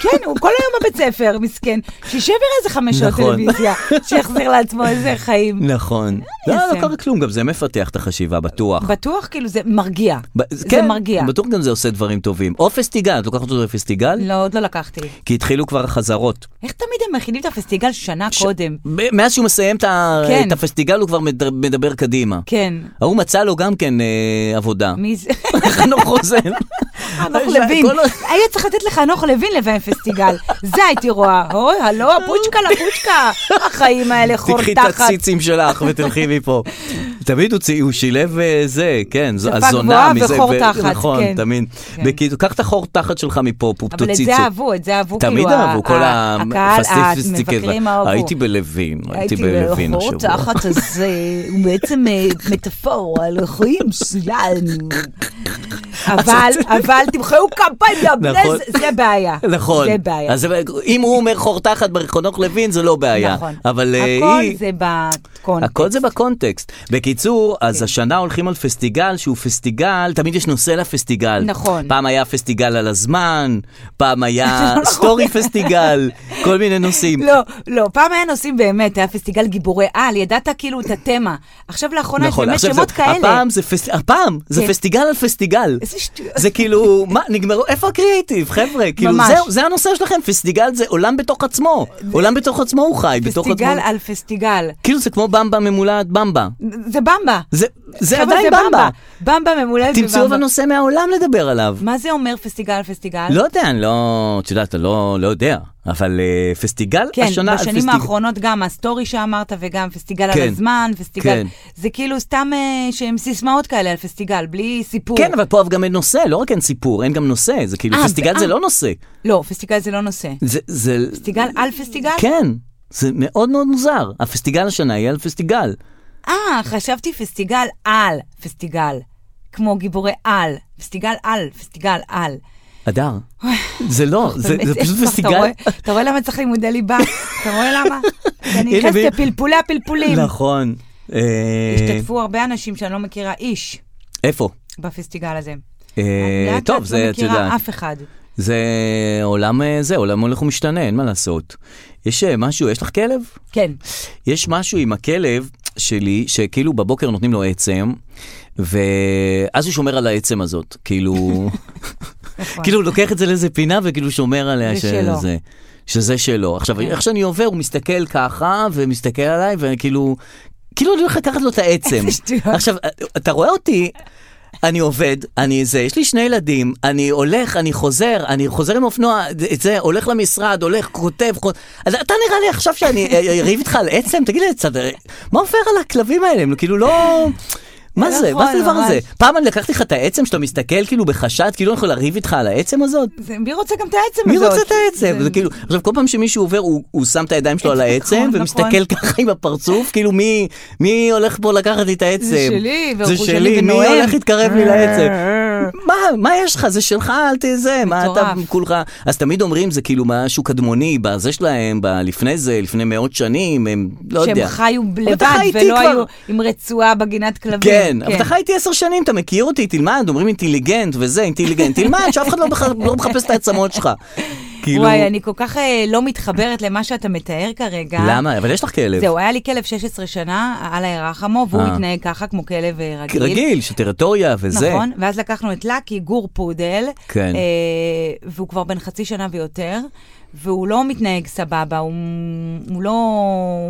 Speaker 3: כן, הוא כל היום בבית ספר, מסכן. שישב יראה איזה חמש שעות
Speaker 2: נכון.
Speaker 3: טלוויזיה, שיחזיר לעצמו איזה חיים.
Speaker 2: נכון. לא,
Speaker 3: אעשה?
Speaker 2: לא קרה כלום, גם זה מפתח את החשיבה, בטוח.
Speaker 3: בטוח, כאילו, זה מרגיע.
Speaker 2: נכון. ב-
Speaker 3: זה
Speaker 2: כן,
Speaker 3: מרגיע.
Speaker 2: בטוח גם זה עושה דברים טובים. אופס תיגל, את לוקחת אותו לפסטיגל?
Speaker 3: לא, עוד לא לקחתי.
Speaker 2: כי התחילו כבר החזרות.
Speaker 3: איך תמיד הם מכינים את הפסטיגל שנה
Speaker 2: ש-
Speaker 3: קודם?
Speaker 2: ב- מאז שהוא מסיים את ה-
Speaker 3: כן.
Speaker 2: את הפסטיגל, הוא כבר מד- מדבר קדימה.
Speaker 3: כן.
Speaker 2: ההוא מצא לו גם כן אה, עבודה.
Speaker 3: מי זה?
Speaker 2: חנוך רוזן.
Speaker 3: חנוך לוין.
Speaker 2: אה, כל ה-
Speaker 3: היה צריך לתת לחנוך לוין לביים פסטיגל. זה הייתי רואה. אוי, הלו, פוצ'קה לפוצ'קה. החיים האלה חור
Speaker 2: תיקחי את
Speaker 3: תחת.
Speaker 2: הציצים שלך ותלכי מפה. תמיד הוא צי- הוא שילב אה, זה, כן, זו-
Speaker 3: שפה
Speaker 2: הזונה
Speaker 3: גבוהה
Speaker 2: מזה.
Speaker 3: וחור
Speaker 2: ו-
Speaker 3: תחת,
Speaker 2: נכון,
Speaker 3: כן.
Speaker 2: תמיד.
Speaker 3: כן.
Speaker 2: בקיצור, קח את החור תחת שלך מפה, פופטוציצו.
Speaker 3: אבל את זה אהבו, את זה אהבו, כאילו,
Speaker 2: תמיד
Speaker 3: ה-
Speaker 2: אהבו, כל
Speaker 3: ה- הקהל, המבקרים אהבו.
Speaker 2: הייתי בלוין, הייתי בלוין
Speaker 3: בחור
Speaker 2: השבוע.
Speaker 3: תחת הזה, הוא בעצם אה, מטאפורה על החיים שלנו. אבל, אבל תמחאו כפיים לבני,
Speaker 2: נכון.
Speaker 3: זה- זה בעיה.
Speaker 2: נכון.
Speaker 3: זה בעיה.
Speaker 2: אז אם הוא אומר חור תחת בחנוך לוין, זה לא בעיה.
Speaker 3: נכון.
Speaker 2: אבל אה,
Speaker 3: הכל
Speaker 2: היא...
Speaker 3: זה בקונטקסט. כן.
Speaker 2: הכל זה בקונטקסט. בקיצור, אז השנה הולכים על פסטיגל שהוא פסטיגל, תמיד יש נושא לפסטיגל.
Speaker 3: נכון.
Speaker 2: פעם היה פסטיגל על הזמן, פעם היה
Speaker 3: לא נכון.
Speaker 2: סטורי פסטיגל, כל מיני נושאים.
Speaker 3: לא, לא, פעם היה נושאים באמת, היה פסטיגל גיבורי על, ידעת כאילו את התמה. עכשיו לאחרונה לא, יש
Speaker 2: נכון,
Speaker 3: באמת
Speaker 2: עכשיו
Speaker 3: שמות
Speaker 2: זה-
Speaker 3: כאלה.
Speaker 2: הפעם זה פס- הפעם זה
Speaker 3: כן.
Speaker 2: פסטיגל על פסטיגל.
Speaker 3: איזה שטויות.
Speaker 2: זה כאילו, מה, נגמרו, איפה הקריאיטיב, חבר'ה? כאילו,
Speaker 3: ממש.
Speaker 2: זהו, זה הנושא שלכם, פסטיגל זה עולם בתוך עצמו. עולם בתוך עצמו הוא חי, בתוך עצמו.
Speaker 3: פסטיגל על פסטיגל.
Speaker 2: כאילו זה כמו במבה ממולעת במבה.
Speaker 3: זה במבה.
Speaker 2: זה- זה
Speaker 3: חבר'ה,
Speaker 2: עדיין במבה.
Speaker 3: במבה ממולדת
Speaker 2: תמצאו
Speaker 3: בבמבה.
Speaker 2: אבל נושא מהעולם לדבר עליו.
Speaker 3: מה זה אומר פסטיגל על פסטיגל?
Speaker 2: לא יודע, אני לא, את יודעת, אני לא, לא יודע, אבל אה, פסטיגל
Speaker 3: כן,
Speaker 2: השנה,
Speaker 3: בשנים
Speaker 2: פסטיג-
Speaker 3: האחרונות גם הסטורי שאמרת וגם פסטיגל
Speaker 2: כן,
Speaker 3: על הזמן, פסטיגל,
Speaker 2: כן.
Speaker 3: זה כאילו סתם אה, שהם סיסמאות כאלה על פסטיגל, בלי סיפור.
Speaker 2: כן, אבל פה גם אין נושא, לא רק אין סיפור, אין גם נושא, זה כאילו,
Speaker 3: אה,
Speaker 2: פסטיגל
Speaker 3: אה.
Speaker 2: זה לא נושא.
Speaker 3: לא, פסטיגל זה לא נושא.
Speaker 2: זה, זה,
Speaker 3: פסטיגל על פסטיגל?
Speaker 2: כן, זה מאוד מאוד מוזר. הפסטיגל השנה יהיה על פסטיגל.
Speaker 3: אה, חשבתי פסטיגל על פסטיגל. כמו גיבורי על, פסטיגל על, פסטיגל על.
Speaker 2: אדר, זה לא, זה
Speaker 3: באמת,
Speaker 2: זה
Speaker 3: איפה,
Speaker 2: פשוט
Speaker 3: אתה
Speaker 2: פסטיגל.
Speaker 3: רואה- אתה רואה למה צריך לימודי ליבה? אתה רואה למה? אני
Speaker 2: הנה,
Speaker 3: נכנסת
Speaker 2: ב-
Speaker 3: לפלפולי הפלפולים.
Speaker 2: נכון. אה,
Speaker 3: השתתפו הרבה אנשים שאני לא מכירה איש
Speaker 2: איפה?
Speaker 3: בפסטיגל הזה.
Speaker 2: אה,
Speaker 3: לאט לאט
Speaker 2: טוב, זה,
Speaker 3: לא
Speaker 2: את
Speaker 3: מכירה
Speaker 2: יודעת,
Speaker 3: אף אחד.
Speaker 2: זה עולם, אה, זה עולם הולך ומשתנה, אין מה לעשות. יש אה, משהו, יש לך כלב?
Speaker 3: כן,
Speaker 2: יש משהו עם הכלב שלי, שכאילו בבוקר נותנים לו עצם, ואז הוא שומר על העצם הזאת, כאילו,
Speaker 3: נכון.
Speaker 2: כאילו הוא לוקח את זה לאיזה פינה וכאילו שומר עליה
Speaker 3: זה שלו. כן.
Speaker 2: שזה, שזה שלו. עכשיו, איך שאני עובר, הוא מסתכל ככה, ומסתכל עליי, וכאילו, כאילו אני הולך לקחת לו את העצם.
Speaker 3: איזה שטויות.
Speaker 2: עכשיו, אתה רואה אותי? אני עובד, אני זה, יש לי שני ילדים, אני הולך, אני חוזר, אני חוזר עם אופנוע, את זה, הולך למשרד, הולך, כותב, חוז... אז אתה נראה לי עכשיו שאני אה, אריב איתך על עצם? תגיד לי, אתה- מה עובר על הכלבים האלה? הם כאילו לא... מה
Speaker 3: לא
Speaker 2: זה? מה זה
Speaker 3: יכול,
Speaker 2: הדבר הזה?
Speaker 3: ממש.
Speaker 2: פעם אני לקחתי לך את העצם שאתה מסתכל כאילו בחשד, כאילו אני יכול לריב איתך על העצם הזאת?
Speaker 3: זה- מי רוצה גם את העצם הזאת?
Speaker 2: מי רוצה את העצם?
Speaker 3: זה-
Speaker 2: זה כאילו, עכשיו כל פעם שמישהו עובר, הוא הוא שם את הידיים שלו על
Speaker 3: נכון,
Speaker 2: העצם,
Speaker 3: נכון.
Speaker 2: ומסתכל ככה עם הפרצוף, כאילו מי- מי הולך פה לקחת לי את העצם?
Speaker 3: זה שלי,
Speaker 2: זה
Speaker 3: והרכוש שלי
Speaker 2: שלי, מי
Speaker 3: ונואם.
Speaker 2: הולך להתקרב לי
Speaker 3: אה,
Speaker 2: לעצם? מה, מה יש לך? זה שלך, אל תהיה זה, מה אתה
Speaker 3: מטורף.
Speaker 2: כולך... אז תמיד אומרים זה כאילו משהו קדמוני, בזה שלהם, ב- לפני זה, לפני מאות שנים, הם לא יודע.
Speaker 3: שהם חיו
Speaker 2: אבל אתה
Speaker 3: לבד
Speaker 2: חי איתי
Speaker 3: ולא
Speaker 2: כבר.
Speaker 3: היו עם רצועה בגינת כלבים.
Speaker 2: כן, אבל אתה חי איתי עשר שנים, אתה מכיר אותי, תלמד, אומרים אינטליגנט וזה, אינטליגנט, תלמד, שאף אחד לא בח- לא מחפש את העצמות שלך. כאילו,
Speaker 3: וואי, אני כל כך אה, לא מתחברת למה שאתה מתאר כרגע.
Speaker 2: למה? אבל יש לך כלב.
Speaker 3: זהו, היה לי כלב 16 שנה, אללה ירחמו, והוא
Speaker 2: אה.
Speaker 3: התנהג ככה כמו כלב אה, רגיל.
Speaker 2: רגיל, שטריטוריה וזה.
Speaker 3: נכון, ואז לקחנו את לקי, גור פודל,
Speaker 2: כן.
Speaker 3: אה, והוא כבר בן חצי שנה ויותר, והוא לא מתנהג סבבה, הוא, הוא לא...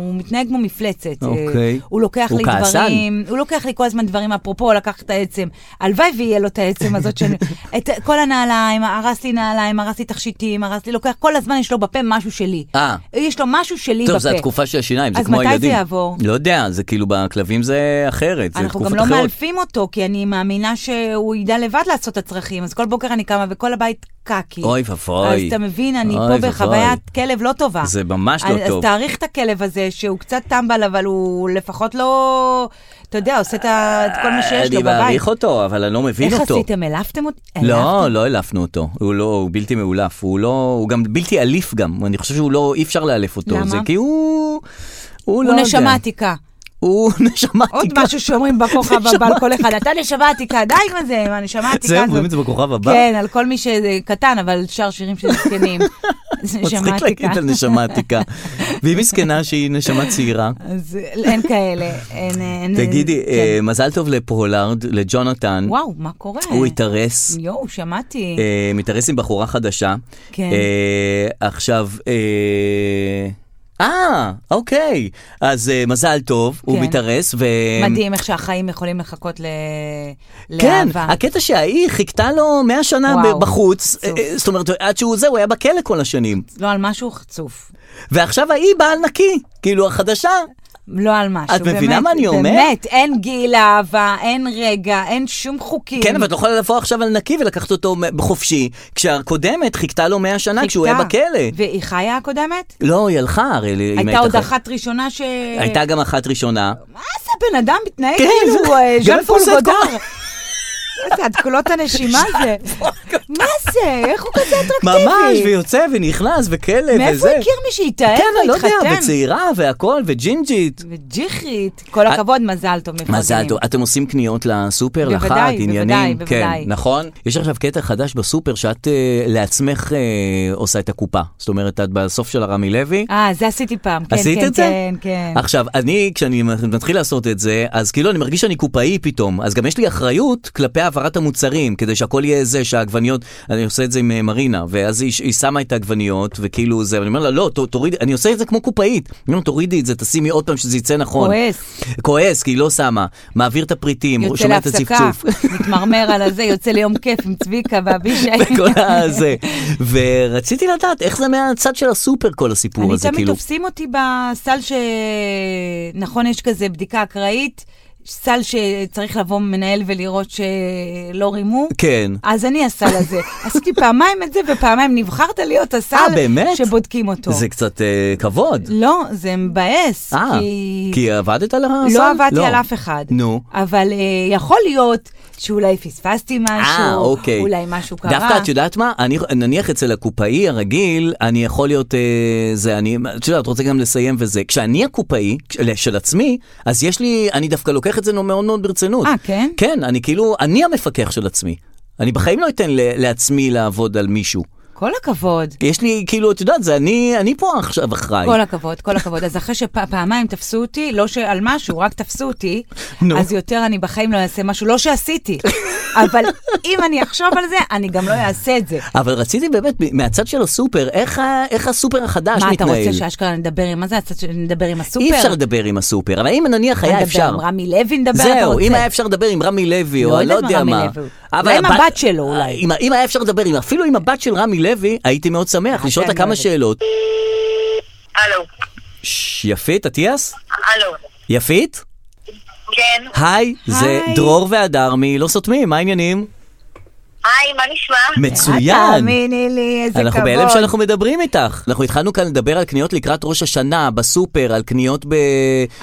Speaker 3: הוא מתנהג כמו מפלצת. אה,
Speaker 2: אוקיי.
Speaker 3: הוא לוקח
Speaker 2: הוא
Speaker 3: לי
Speaker 2: כעסן.
Speaker 3: דברים, הוא לוקח לי כל הזמן דברים, אפרופו, לקח את העצם. הלוואי ויהיה לו את העצם הזאת שאני... את כל הנעליים, הרס לי נעליים, הרס לי תכשיטים, הרס לי, לוקח, כל הזמן יש לו בפה משהו שלי.
Speaker 2: אה.
Speaker 3: יש לו משהו שלי בפה.
Speaker 2: טוב, זה התקופה של השיניים, זה
Speaker 3: אז
Speaker 2: כמו
Speaker 3: מתי זה
Speaker 2: הילדים.
Speaker 3: יעבור?
Speaker 2: לא יודע, זה כאילו, בכלבים זה אחרת, זה
Speaker 3: אנחנו
Speaker 2: תקופות
Speaker 3: גם
Speaker 2: אחרות.
Speaker 3: לא מאלפים אותו, כי אני מאמינה שהוא ידע לבד לעשות את הצרכים, אז כל בוקר אני קמה וכל הבית קקי.
Speaker 2: אוי ואבוי.
Speaker 3: אז אתה מבין, אני
Speaker 2: אוי
Speaker 3: פה
Speaker 2: ואבוי.
Speaker 3: בחוויית כלב לא טובה.
Speaker 2: זה ממש לא
Speaker 3: אז-
Speaker 2: טוב.
Speaker 3: אז תעריך את הכלב הזה, שהוא קצת טמבל, אבל הוא לפחות לא, אתה יודע, עושה את ה- את כל מה שיש לו
Speaker 2: אה, אני
Speaker 3: בבית.
Speaker 2: מעריך אותו, אבל אני לא מבין
Speaker 3: איך
Speaker 2: אותו.
Speaker 3: עשיתם? העלפתם אותי?
Speaker 2: לא,
Speaker 3: העלפתם?
Speaker 2: לא העלפנו אותו, הוא לא, הוא בלתי מאולף, הוא לא, הוא גם בלתי אליף גם, אני חושב שהוא לא, אי אפשר לאלף אותו,
Speaker 3: למה?
Speaker 2: זה כי הוא, הוא לא
Speaker 3: הוא
Speaker 2: יודע,
Speaker 3: נשמה עתיקה.
Speaker 2: הוא נשמה
Speaker 3: עוד
Speaker 2: עתיקה,
Speaker 3: משהו שאומרים בכוכב
Speaker 2: נשמה
Speaker 3: הבא על כל אחד, אתה נשמה עתיקה, די עם זה, עם הנשמה העתיקה הזאת.
Speaker 2: זה אומרים את זה בכוכב הבא,
Speaker 3: כן, על כל מי שקטן, אבל שר שירים של זקנים. זה נשמה
Speaker 2: מצחיק
Speaker 3: עתיקה.
Speaker 2: להגיד על נשמה עתיקה, והיא מסכנה שהיא נשמה צעירה,
Speaker 3: אז אין כאלה, אין... אין-
Speaker 2: תגידי,
Speaker 3: כן.
Speaker 2: אה, מזל טוב לפולארד, לג'ונתן,
Speaker 3: וואו, מה קורה?
Speaker 2: הוא התארס.
Speaker 3: יואו, שמעתי.
Speaker 2: אה, מתארס עם בחורה חדשה.
Speaker 3: כן.
Speaker 2: אה, עכשיו, אה, אה, אוקיי. אז אה, מזל טוב, הוא
Speaker 3: כן.
Speaker 2: מתארס, ו...
Speaker 3: מדהים איך שהחיים יכולים לחכות ל...
Speaker 2: אה, כן,
Speaker 3: לאהבה.
Speaker 2: הקטע שההיא חיכתה לו 100 שנה
Speaker 3: וואו,
Speaker 2: ב- בחוץ,
Speaker 3: עצוב.
Speaker 2: אה, אה, זאת אומרת, עד שהוא זה, הוא היה בכלא כל השנים.
Speaker 3: לא על משהו חצוף.
Speaker 2: ועכשיו ההיא בעל נקי, כאילו החדשה.
Speaker 3: לא על משהו,
Speaker 2: את מבינה
Speaker 3: באמת,
Speaker 2: מה אני אומר?
Speaker 3: באמת, אין גיל אהבה, אין רגע, אין שום חוקים.
Speaker 2: כן, אבל את לא יכולה לבוא עכשיו על נקי ולקחת אותו מ- בחופשי, כשהקודמת חיכתה לו 100 שנה כשהוא היה
Speaker 3: חיכתה.
Speaker 2: בכלא.
Speaker 3: והיא חיה הקודמת?
Speaker 2: לא, היא הלכה הרי, אם
Speaker 3: הייתה
Speaker 2: היית
Speaker 3: עוד
Speaker 2: חי-
Speaker 3: אחת ראשונה ש...
Speaker 2: הייתה גם אחת ראשונה.
Speaker 3: מה זה הבן אדם מתנהג
Speaker 2: כן,
Speaker 3: כאילו
Speaker 2: זה-
Speaker 3: הוא אה,
Speaker 2: גם
Speaker 3: ז'אן
Speaker 2: איפה
Speaker 3: פול
Speaker 2: הוא עושה את
Speaker 3: גודר?
Speaker 2: כל-
Speaker 3: מה זה, עד קולות הנשימה זה? מה זה? איך הוא כזה אטרקטיבי?
Speaker 2: ממש, ויוצא ונכנס וכלב וזה.
Speaker 3: מאיפה הכיר מי שהתאהב
Speaker 2: כן, אני לא
Speaker 3: והתחתן?
Speaker 2: יודע, וצעירה והכל, וג'ינג'ית.
Speaker 3: וג'יחרית. כל הכבוד, מזל טוב מפרגנים.
Speaker 2: אה- מזל טוב, אתם עושים קניות לסופר,
Speaker 3: בוודאי,
Speaker 2: לחג,
Speaker 3: בוודאי,
Speaker 2: עניינים, כן,
Speaker 3: בוודאי.
Speaker 2: נכון? יש עכשיו קטע חדש בסופר שאת אה, לעצמך אה, עושה את הקופה. זאת אומרת, את בסוף של הרמי לוי.
Speaker 3: אה, זה עשיתי פעם. כן,
Speaker 2: עשית
Speaker 3: כן,
Speaker 2: את זה?
Speaker 3: כן, כן.
Speaker 2: עכשיו, אני, כשאני מתחיל לעשות את זה, אז כאילו אני מרגיש שאני קופאי פתאום. אז גם יש לי אחריות כלפי העברת המוצרים, כדי שהכל יהיה זה, שהעגבניות, אני עושה את זה עם אה, מרינה, ואז היא, היא שמה את העגבניות, וכאילו זה, ואני אומר לה, לא, ת, תורידי, אני עושה את זה כמו קופאית. אני אומר, תורידי את זה, תשימי עוד פעם שזה יצא נכון.
Speaker 3: כועס.
Speaker 2: כועס, כי היא לא שמה. מעביר את הפריטים,
Speaker 3: יוצא
Speaker 2: שומע את
Speaker 3: להפסקה,
Speaker 2: הצפצוף.
Speaker 3: מתמרמר על הזה, יוצא ליום כיף עם צביקה ואבישי.
Speaker 2: וכל הזה. ורציתי לדעת איך זה מהצד של הסופר כל הסיפור
Speaker 3: אני
Speaker 2: הזה,
Speaker 3: תמיד
Speaker 2: כאילו.
Speaker 3: תופסים אותי בסל ש... נכון, יש כזה בדיקה אקראית. סל שצריך לבוא מנהל ולראות שלא רימו.
Speaker 2: כן.
Speaker 3: אז אני הסל הזה. עשיתי פעמיים את זה, ופעמיים נבחרת להיות הסל
Speaker 2: אה, באמת?
Speaker 3: שבודקים אותו.
Speaker 2: זה קצת אה, כבוד.
Speaker 3: לא, זה מבאס,
Speaker 2: אה,
Speaker 3: כי...
Speaker 2: כי עבדת על הסל?
Speaker 3: לא עבדתי על אף אחד.
Speaker 2: נו.
Speaker 3: אבל אה, יכול להיות שאולי פספסתי משהו,
Speaker 2: אה, אוקיי.
Speaker 3: אולי משהו קרה.
Speaker 2: דווקא את יודעת מה? אני, נניח אצל הקופאי הרגיל, אני יכול להיות... אה, זה, אני... את יודעת, רוצה גם לסיים וזה. כשאני הקופאי, כש- של עצמי, אז יש לי... אני דווקא לוקח את זה מאוד מאוד ברצינות.
Speaker 3: אה, כן?
Speaker 2: כן, אני כאילו... אני המפקח של עצמי. אני בחיים לא אתן ל- לעצמי לעבוד על מישהו.
Speaker 3: כל הכבוד.
Speaker 2: יש לי, כאילו, את יודעת, זה אני, אני פה עכשיו אחראי.
Speaker 3: כל הכבוד, כל הכבוד. אז אחרי שפעמיים תפסו אותי, לא שעל משהו, רק תפסו אותי,
Speaker 2: נו.
Speaker 3: אז יותר אני בחיים לא אעשה משהו, לא שעשיתי. אבל אם אני אחשוב על זה, אני גם לא אעשה את זה.
Speaker 2: אבל רציתי באמת, מ- מהצד של הסופר, איך, ה- איך הסופר החדש
Speaker 3: מה, אתה
Speaker 2: מתנהל?
Speaker 3: רוצה שאשכרה נדבר עם מה זה? הצד של- נדבר עם הסופר?
Speaker 2: אי אפשר לדבר עם הסופר, אבל אם נניח
Speaker 3: מה,
Speaker 2: היה
Speaker 3: נדבר
Speaker 2: אפשר...
Speaker 3: עם רמי לוי נדבר? אתה
Speaker 2: זהו,
Speaker 3: רוצה?
Speaker 2: אם היה אפשר לדבר עם רמי לוי,
Speaker 3: לא
Speaker 2: או אני לא
Speaker 3: יודעת מה
Speaker 2: יודע
Speaker 3: רמי
Speaker 2: מה.
Speaker 3: לוי.
Speaker 2: אבל
Speaker 3: אולי עם
Speaker 2: הבת-
Speaker 3: הבת שלו, אולי.
Speaker 2: אם- אם היה אפשר לדבר עם- אפילו עם הבת של רמי לוי, הייתי מאוד שמח לשאול
Speaker 3: כן,
Speaker 2: אותה כמה
Speaker 3: אוהבת.
Speaker 2: שאלות.
Speaker 6: הלו,
Speaker 2: ש- יפית, אטיאס?
Speaker 6: הלו,
Speaker 2: יפית?
Speaker 6: כן,
Speaker 2: היי, זה
Speaker 3: היי.
Speaker 2: דרור והדר מלא סותמים, מה העניינים?
Speaker 6: היי, מה נשמע?
Speaker 3: אה,
Speaker 2: מצוין.
Speaker 3: תאמיני לי, איזה כבוד.
Speaker 2: אנחנו בהלם שאנחנו מדברים איתך. אנחנו התחלנו כאן לדבר על קניות לקראת ראש השנה, בסופר, על קניות ב-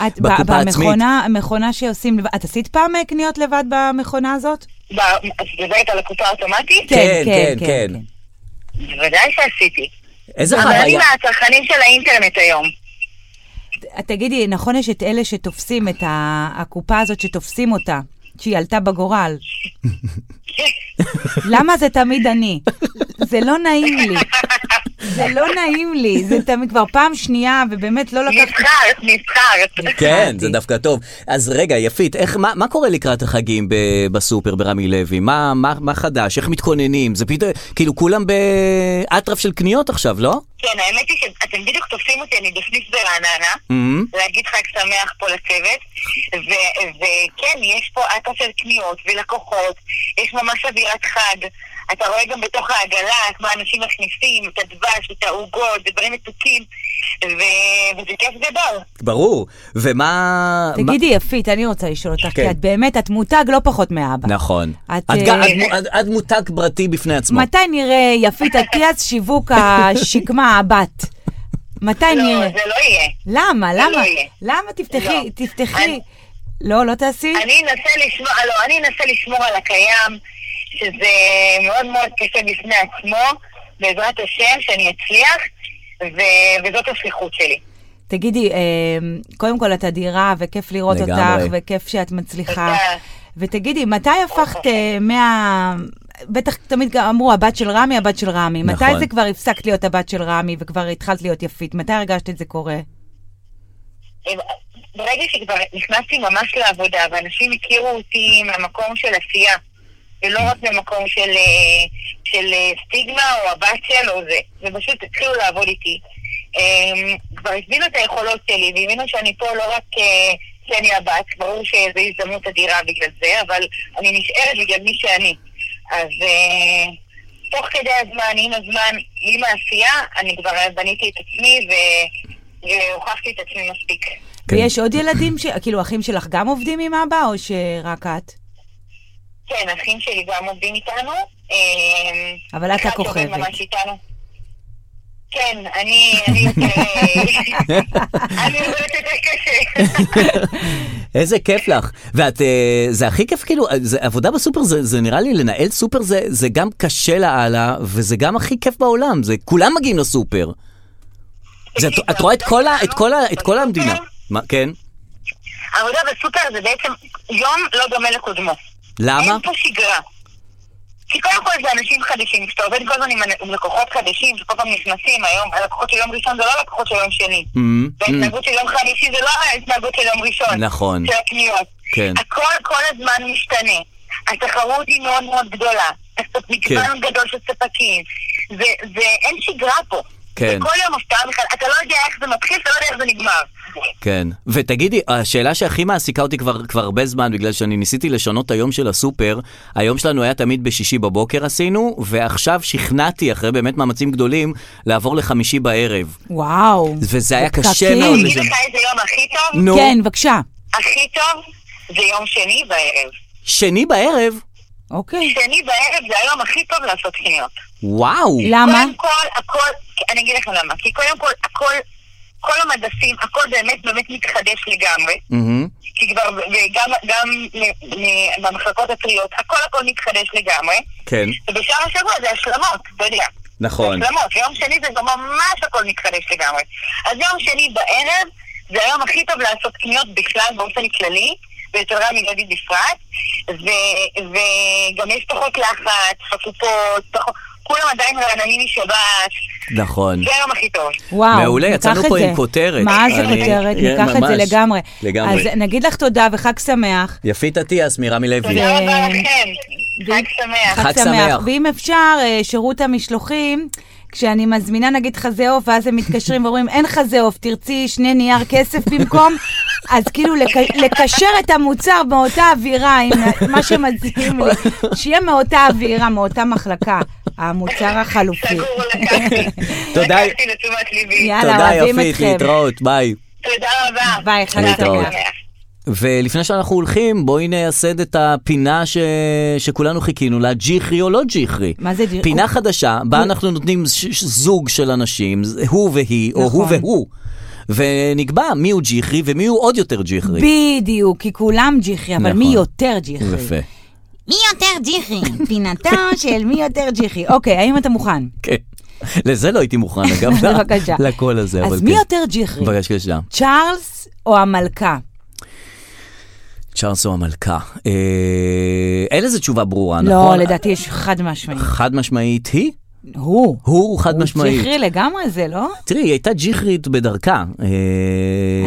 Speaker 3: את ב-
Speaker 2: בקופה עצמית.
Speaker 3: במכונה, מכונה שעושים, לבד- את עשית פעם אה, קניות לבד במכונה הזאת?
Speaker 6: ב- את מדברת על הקופה האוטומטית?
Speaker 2: כן, כן, כן. אה,
Speaker 6: בוודאי שעשיתי.
Speaker 2: איזה
Speaker 6: אבל אני
Speaker 2: חוויה.
Speaker 6: מהצרכנים של האינטרנט היום.
Speaker 3: את תגידי, נכון יש את אלה שתופסים את ה- הקופה הזאת שתופסים אותה, שהיא עלתה בגורל. למה זה תמיד אני? זה לא נעים לי. זה לא נעים לי, זה תמיד כבר פעם שנייה, ובאמת לא לקחתי...
Speaker 6: נבחרת, נבחרת.
Speaker 2: כן,
Speaker 3: הבנתי.
Speaker 2: זה דווקא טוב. אז רגע, יפית, איך, מה, מה קורה לקראת החגים ב, בסופר ברמי לוי? מה, מה, מה חדש? איך מתכוננים? זה פתאום, כאילו כולם באטרף של קניות עכשיו, לא?
Speaker 6: כן, האמת היא שאתם בדיוק תופסים אותי, אני בסניף ברעננה.
Speaker 3: Mm-hmm.
Speaker 2: מהמם.
Speaker 6: להגיד חג שמח פה לצוות. ו- וכן, יש פה עטה של קניות ולקוחות, יש ממש אווירת חג. אתה רואה גם בתוך העגלה את מה אנשים מכניסים, את הדבש, את העוגות, דברים מתוקים. ו- וזה כיף גדול.
Speaker 2: ברור. ומה...
Speaker 3: תגידי, יפית, אני רוצה לשאול אותך,
Speaker 2: כן.
Speaker 3: כי את באמת, את מותג לא פחות מאבא.
Speaker 2: מה... נכון. את,
Speaker 3: את,
Speaker 2: את, גם-
Speaker 3: אה,
Speaker 2: את, מו- את, את מותג פרטי בפני עצמו.
Speaker 3: מתי נראה יפית אטיאס שיווק השקמה הבת? מתי
Speaker 6: לא,
Speaker 3: נראה?
Speaker 6: זה לא יהיה.
Speaker 3: למה?
Speaker 6: זה לא
Speaker 3: למה?
Speaker 6: יהיה.
Speaker 3: למה תפתחי?
Speaker 6: לא.
Speaker 3: תפתחי.
Speaker 6: אני-
Speaker 3: לא, לא תעשי?
Speaker 6: אני אנסה לשמור, לא, אני אנסה לשמור על הקיים, שזה מאוד מאוד קשה בפני עצמו, בעזרת השם, שאני אצליח, ו... וזאת השליחות שלי.
Speaker 3: תגידי, אה, קודם כל את אדירה, וכיף לראות
Speaker 2: לגמרי.
Speaker 3: אותך, וכיף שאת מצליחה.
Speaker 6: תודה.
Speaker 3: ותגידי, מתי הפכת אה, מה... בטח תמיד גם אמרו, הבת של רמי, הבת של רמי.
Speaker 2: נכון.
Speaker 3: מתי זה כבר הפסקת להיות הבת של רמי וכבר התחלת להיות יפית? מתי הרגשת את זה קורה?
Speaker 6: ברגע שכבר נכנסתי ממש לעבודה, ואנשים הכירו אותי מהמקום של עשייה, ולא רק ממקום של, אה, של אה, סטיגמה או הבת של או זה, ופשוט התחילו לעבוד איתי. אה, כבר הבינו את היכולות שלי, והבינו שאני פה לא רק אה, כי אני הבת, ברור שזו הזדמנות אדירה בגלל זה, אבל אני נשארת בגלל מי שאני. אז אה, תוך כדי הזמן, עם הזמן, עם העשייה, אני כבר בניתי את עצמי ו... והוכחתי את עצמי מספיק.
Speaker 2: כן.
Speaker 3: ויש עוד ילדים, ש... כאילו אחים שלך גם עובדים עם אבא, או שרק את?
Speaker 6: כן, אחים שלי גם עובדים איתנו. אה,
Speaker 3: אבל את
Speaker 6: אחד שעובד
Speaker 3: הכוכבת.
Speaker 6: ממש איתנו. כן, אני... אני יותר- אני עובדת יותר קשה.
Speaker 2: איזה כיף לך. ואת, אה, זה הכי כיף, כאילו, אה, זה, עבודה בסופר, זה, זה נראה לי, לנהל סופר זה, זה גם קשה לאללה, וזה גם הכי כיף בעולם, זה, כולם מגיעים לסופר. זה, את, את רואה את כל, ה, את כל, ה, את כל המדינה. מה, כן?
Speaker 6: העבודה בסופר זה בעצם יום לא דומה לקודמו.
Speaker 2: למה?
Speaker 6: אין פה שגרה. כי קודם כל זה אנשים חדשים, כשאתה עובד כל הזמן עם אנ- עם לקוחות חדשים שכל פעם נכנסים היום, הלקוחות של יום ראשון זה לא לקוחות של יום שני.
Speaker 3: Mm.
Speaker 2: אמ, אמ.
Speaker 6: וההתנהגות של יום חמישי זה לא ההתנהגות של יום ראשון.
Speaker 2: נכון.
Speaker 6: של הקניות.
Speaker 2: כן.
Speaker 6: הכל כל הזמן משתנה. התחרות היא מאוד מאוד גדולה.
Speaker 2: כן.
Speaker 6: יש פה מגוון גדול של ספקים. זה, זה, אין שגרה פה.
Speaker 2: כן.
Speaker 6: כל יום הפתעה בכלל, אתה לא יודע איך זה מתחיל, אתה לא יודע איך זה נגמר.
Speaker 2: כן. ותגידי, השאלה שהכי מעסיקה אותי כבר, כבר הרבה זמן, בגלל שאני ניסיתי לשנות את היום של הסופר, היום שלנו היה תמיד בשישי בבוקר עשינו, ועכשיו שכנעתי, אחרי באמת מאמצים גדולים, לעבור לחמישי בערב.
Speaker 3: וואו.
Speaker 2: וזה היה
Speaker 3: בפקקים.
Speaker 2: קשה מאוד
Speaker 6: אני
Speaker 2: לזה.
Speaker 6: אגיד לך איזה יום הכי טוב?
Speaker 2: נו,
Speaker 3: כן, בבקשה.
Speaker 6: הכי טוב זה יום שני בערב.
Speaker 2: שני בערב?
Speaker 3: אוקיי.
Speaker 6: שני בערב זה היום הכי טוב לעשות קניות.
Speaker 2: וואו.
Speaker 3: למה?
Speaker 6: קודם כל, הכל, אני אגיד לכם למה. כי קודם כל, הכל, כל המדפים, הכל באמת באמת מתחדש לגמרי.
Speaker 2: מהמם.
Speaker 6: כי כבר, וגם גם מ- מ- במחלקות הטריות, הכל הכל מתחדש לגמרי.
Speaker 2: כן,
Speaker 6: ובשאר השבוע זה השלמות, אתה יודע.
Speaker 2: נכון.
Speaker 3: לא.
Speaker 6: זה השלמות, יום שני זה גם ממש הכל מתחדש לגמרי. אז יום שני בערב, זה היום הכי טוב לעשות קניות בכלל באופן כללי, ואצל רמי גדי בפרט, ו- וגם יש פחות לחץ, חשופות, פחות... כולם עדיין רעננים משב"ס,
Speaker 2: נכון.
Speaker 6: זה היום הכי טוב.
Speaker 3: וואו,
Speaker 2: מעולה,
Speaker 3: ניקח
Speaker 2: יצאנו
Speaker 3: את
Speaker 2: פה
Speaker 3: זה.
Speaker 2: עם כותרת.
Speaker 3: מה זה
Speaker 2: אני-
Speaker 3: כותרת?
Speaker 2: כן,
Speaker 3: ניקח את זה
Speaker 2: ממש.
Speaker 3: לגמרי.
Speaker 2: לגמרי.
Speaker 3: אז נגיד לך תודה וחג שמח.
Speaker 2: יפית אטיאס מרמי לוי.
Speaker 6: תודה
Speaker 3: ו-
Speaker 6: רבה לכם,
Speaker 3: ו-
Speaker 6: חג שמח.
Speaker 2: חג שמח.
Speaker 3: ואם אפשר, אה, שירות המשלוחים, כשאני מזמינה נגיד חזה עוף, ואז הם מתקשרים ואומרים, אין חזה עוף, תרצי שני נייר כסף במקום, אז כאילו לק- לקשר את המוצר באותה אווירה, עם מה שמציעים לי, שיהיה מאותה אווירה, מאותה מחלקה, המוצר החלופי.
Speaker 6: סגור, לקחתי.
Speaker 2: תודה.
Speaker 6: לקחתי לתשומת ליבי.
Speaker 3: יאללה,
Speaker 2: תודה
Speaker 3: אוהבים
Speaker 2: יפית,
Speaker 3: אתכם.
Speaker 2: להתראות, ביי.
Speaker 6: תודה רבה.
Speaker 3: ביי, חג
Speaker 2: להתראות.
Speaker 3: שמח.
Speaker 2: ולפני שאנחנו הולכים, בואי נייסד את הפינה ש... שכולנו חיכינו לה, ג'יחרי או לא ג'יחרי.
Speaker 3: מה זה ג'יחרי?
Speaker 2: פינה
Speaker 3: הוא-
Speaker 2: חדשה, בה אנחנו נותנים ש... ש- זוג של אנשים, ז- הוא והיא, או הוא
Speaker 3: נכון.
Speaker 2: והוא. ונקבע מיהו ג'יחרי ומיהו עוד יותר ג'יחרי.
Speaker 3: בדיוק, כי כולם ג'יחרי, אבל מי
Speaker 2: נכון.
Speaker 3: יותר ג'יחרי?
Speaker 2: יפה.
Speaker 3: מי יותר ג'יחרי? פינתו של מי יותר ג'יחרי. אוקיי, האם אתה מוכן?
Speaker 2: כן. לזה לא הייתי מוכן, אגב. ל-
Speaker 3: בבקשה.
Speaker 2: לקול הזה, אבל כן.
Speaker 3: אז מי יותר ג'יחרי?
Speaker 2: בבקשה.
Speaker 3: צ'ארלס או המלכה?
Speaker 2: צ'ארלס הוא המלכה. אה, אין לזה תשובה ברורה,
Speaker 3: לא,
Speaker 2: נכון?
Speaker 3: לדעתי יש חד משמעית.
Speaker 2: חד משמעית היא?
Speaker 3: הוא.
Speaker 2: הוא חד
Speaker 3: הוא
Speaker 2: משמעית.
Speaker 3: ג'יחרי לגמרי זה, לא?
Speaker 2: תראי, היא הייתה ג'יחרית בדרכה. אה,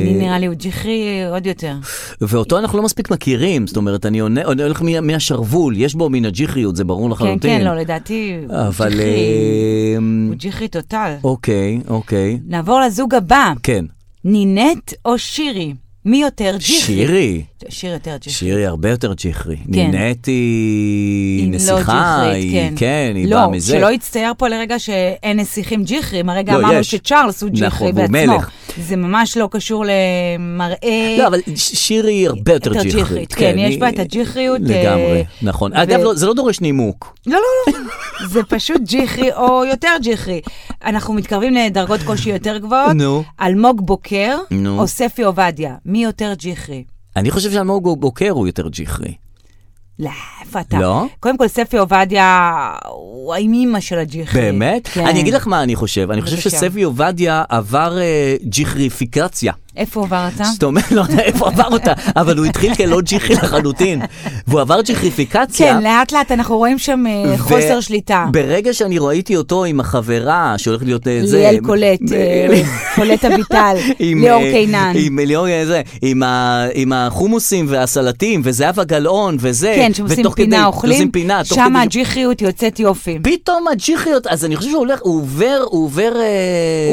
Speaker 3: אני נראה לי הוא ג'יחרי עוד יותר.
Speaker 2: ואותו אנחנו לא מספיק מכירים, זאת אומרת, אני עונה- אני הולך מה- מהשרוול, יש בו מן הג'יחריות, זה ברור
Speaker 3: כן,
Speaker 2: לחלוטין.
Speaker 3: כן, לא, לדעתי הוא
Speaker 2: אבל...
Speaker 3: ג'יחרי.
Speaker 2: אה,
Speaker 3: הוא ג'יחרי טוטל.
Speaker 2: אוקיי, אוקיי.
Speaker 3: נעבור לזוג הבא,
Speaker 2: כן.
Speaker 3: נינט או שירי? מי יותר ג'יחרי?
Speaker 2: שירי.
Speaker 3: שיר יותר ג'יחרי.
Speaker 2: שירי הרבה יותר ג'יחרי. נינט היא
Speaker 3: אם כן. לא
Speaker 2: נסיכה,
Speaker 3: ג'יחרית,
Speaker 2: היא... כן, היא
Speaker 3: לא,
Speaker 2: באה מזה.
Speaker 3: שלא יצטייר פה לרגע שאין נסיכים ג'יחרים, הרגע
Speaker 2: לא,
Speaker 3: אמרנו
Speaker 2: יש.
Speaker 3: שצ'ארלס הוא ג'יחרי
Speaker 2: נכון, והוא
Speaker 3: בעצמו.
Speaker 2: מלך.
Speaker 3: זה ממש לא קשור למראה.
Speaker 2: לא, אבל ש- שירי היא הרבה יותר
Speaker 3: אה, יותר
Speaker 2: ג'יחרית.
Speaker 3: ג'יחרית, כן, יש
Speaker 2: היא-
Speaker 3: בה את הג'יחריות,
Speaker 2: לגמרי,
Speaker 3: אה,
Speaker 2: נכון.
Speaker 3: ו-
Speaker 2: אגב, לא, זה לא דורש נימוק.
Speaker 3: לא, לא, לא. זה פשוט ג'יחרי או יותר ג'יחרי. אנחנו מתקרבים לדרגות קושי יותר גבוהות.
Speaker 2: נו.
Speaker 3: אלמוג בוקר
Speaker 2: נו.
Speaker 3: או ספי עובדיה. מי יותר ג'יחרי?
Speaker 2: אני חושב שאלמוג בוקר הוא יותר ג'יחרי.
Speaker 3: לא, איפה אתה?
Speaker 2: לא?
Speaker 3: קודם כל, ספי עובדיה הוא האימא של הג'יחרי.
Speaker 2: באמת?
Speaker 3: כן.
Speaker 2: אני אגיד לך מה אני חושב. אני חושב
Speaker 3: בבקשה.
Speaker 2: שסבי עובדיה עבר אה, ג'יחריפיקציה.
Speaker 3: איפה עובר אתה?
Speaker 2: זאת אומרת, לא יודע איפה עבר אותה, אבל הוא התחיל כלא ג'יחרי לחלוטין. והוא עבר ג'יחריפיקציה.
Speaker 3: כן, לאט לאט אנחנו רואים שם אה,
Speaker 2: ו-
Speaker 3: חוסר שליטה.
Speaker 2: ברגע שאני ראיתי אותו עם החברה שהולכת להיות אה, זה...
Speaker 3: ליאל קולט, אה,
Speaker 2: אה,
Speaker 3: קולט אביטל,
Speaker 2: עם,
Speaker 3: ליאור
Speaker 2: אה,
Speaker 3: קינן.
Speaker 2: עם ליאור אה, זה, עם ה- עם החומוסים והסלטים וזהבה גלאון וזה.
Speaker 3: כן, שעושים
Speaker 2: ותוך
Speaker 3: פינה
Speaker 2: כדי-
Speaker 3: אוכלים,
Speaker 2: עושים פינה, תוך
Speaker 3: שם
Speaker 2: כדי-
Speaker 3: הג'יחריות יוצאת יופי.
Speaker 2: פתאום הג'יחריות, אז אני חושב שהוא הולך, הוא עובר, הוא עובר, אה,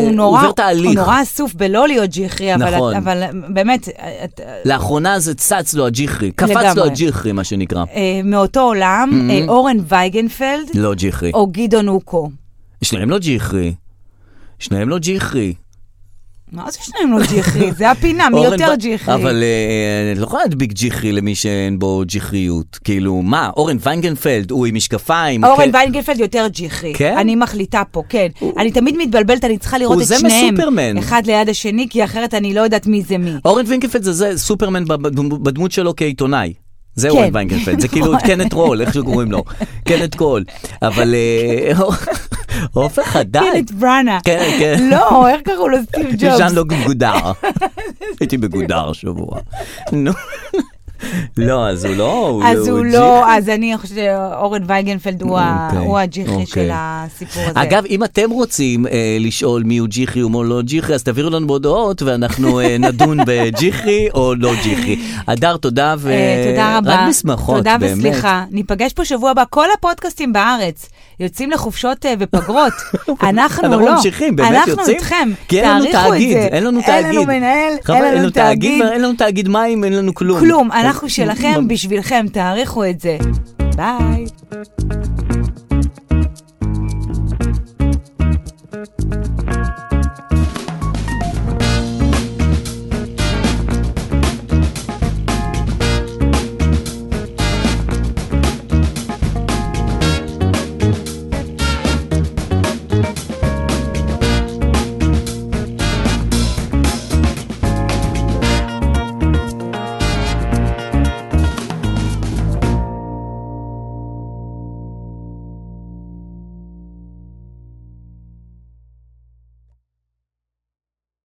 Speaker 3: הוא נורא,
Speaker 2: עובר תהליך.
Speaker 3: הוא נורא אסוף בלא להיות ג'יחרי, אבל,
Speaker 2: נכון.
Speaker 3: את, אבל באמת, את,
Speaker 2: לאחרונה זה צץ לו הג'יחרי, קפץ
Speaker 3: לגמרי.
Speaker 2: לו הג'יחרי מה שנקרא.
Speaker 3: אה, מאותו עולם, אה, אורן וייגנפלד
Speaker 2: Mm-hmm. לא ג'יחרי.
Speaker 3: או גדעון אוקו.
Speaker 2: שניהם לא ג'יחרי. שניהם לא ג'יחרי.
Speaker 3: מה זה שניהם לא ג'יחרי? זה הפינה, מי
Speaker 2: אורן
Speaker 3: יותר
Speaker 2: ו-
Speaker 3: ג'יחרי?
Speaker 2: אבל אה, אני לא יכולה להדביק ג'יחרי למי שאין בו ג'יחריות. כאילו, מה, אורן ויינגנפלד, הוא עם משקפיים.
Speaker 3: אורן
Speaker 2: כן.
Speaker 3: ויינגנפלד יותר ג'יחרי.
Speaker 2: כן?
Speaker 3: אני מחליטה פה, כן. אני תמיד מתבלבלת, אני צריכה לראות
Speaker 2: הוא
Speaker 3: את
Speaker 2: זה
Speaker 3: שניהם.
Speaker 2: מסופרמן.
Speaker 3: אחד ליד השני, כי אחרת אני לא יודעת מי זה מי.
Speaker 2: אורן ויינגנפלד זה זה, סופרמן בד- בדמות שלו כעיתונאי. זה
Speaker 3: כן. נכון.
Speaker 2: אורן ויינגנפלד, זה כאילו את קנט רול, איך שקוראים לו. קנט קול. אבל אה, עופר חדד.
Speaker 3: כן, את בראנה.
Speaker 2: כן, כן.
Speaker 3: לא, איך קראו לו סטיב לא ג'ובס?
Speaker 2: ז'אן לוק גודר. הייתי בגודר שבוע. נו. לא, אז הוא לא...
Speaker 3: אז הוא
Speaker 2: ג'יפ.
Speaker 3: לא, אז אני חושבת שאורן וייגנפלד הוא ה-
Speaker 2: אוקיי,
Speaker 3: הוא הג'יחרי
Speaker 2: אוקיי.
Speaker 3: של הסיפור הזה.
Speaker 2: אגב, אם אתם רוצים אה, לשאול מיהו ג'יחרי ומו לא ג'יחרי, אז תעבירו לנו בהודעות ואנחנו אה, נדון בג'יחרי או לא ג'יחרי. הדר, תודה ו...
Speaker 3: אה, תודה רבה.
Speaker 2: רק משמחות,
Speaker 3: תודה
Speaker 2: באמת.
Speaker 3: וסליחה. ניפגש פה שבוע הבא. כל הפודקאסטים בארץ יוצאים לחופשות אה, ופגרות. אנחנו לא.
Speaker 2: אנחנו ממשיכים, באמת
Speaker 3: אנחנו
Speaker 2: יוצאים?
Speaker 3: איתכם.
Speaker 2: כי אין לנו
Speaker 3: תעריכו את
Speaker 2: תאגיד,
Speaker 3: זה.
Speaker 2: אין לנו תאגיד.
Speaker 3: אין לנו מנהל,
Speaker 2: חבל,
Speaker 3: אין לנו תאגיד.
Speaker 2: אין לנו תאגיד מים, אין לנו כלום.
Speaker 3: כלום, אנחנו
Speaker 2: אז-
Speaker 3: שלכם, בשבילכם, תעריכו את זה. ביי.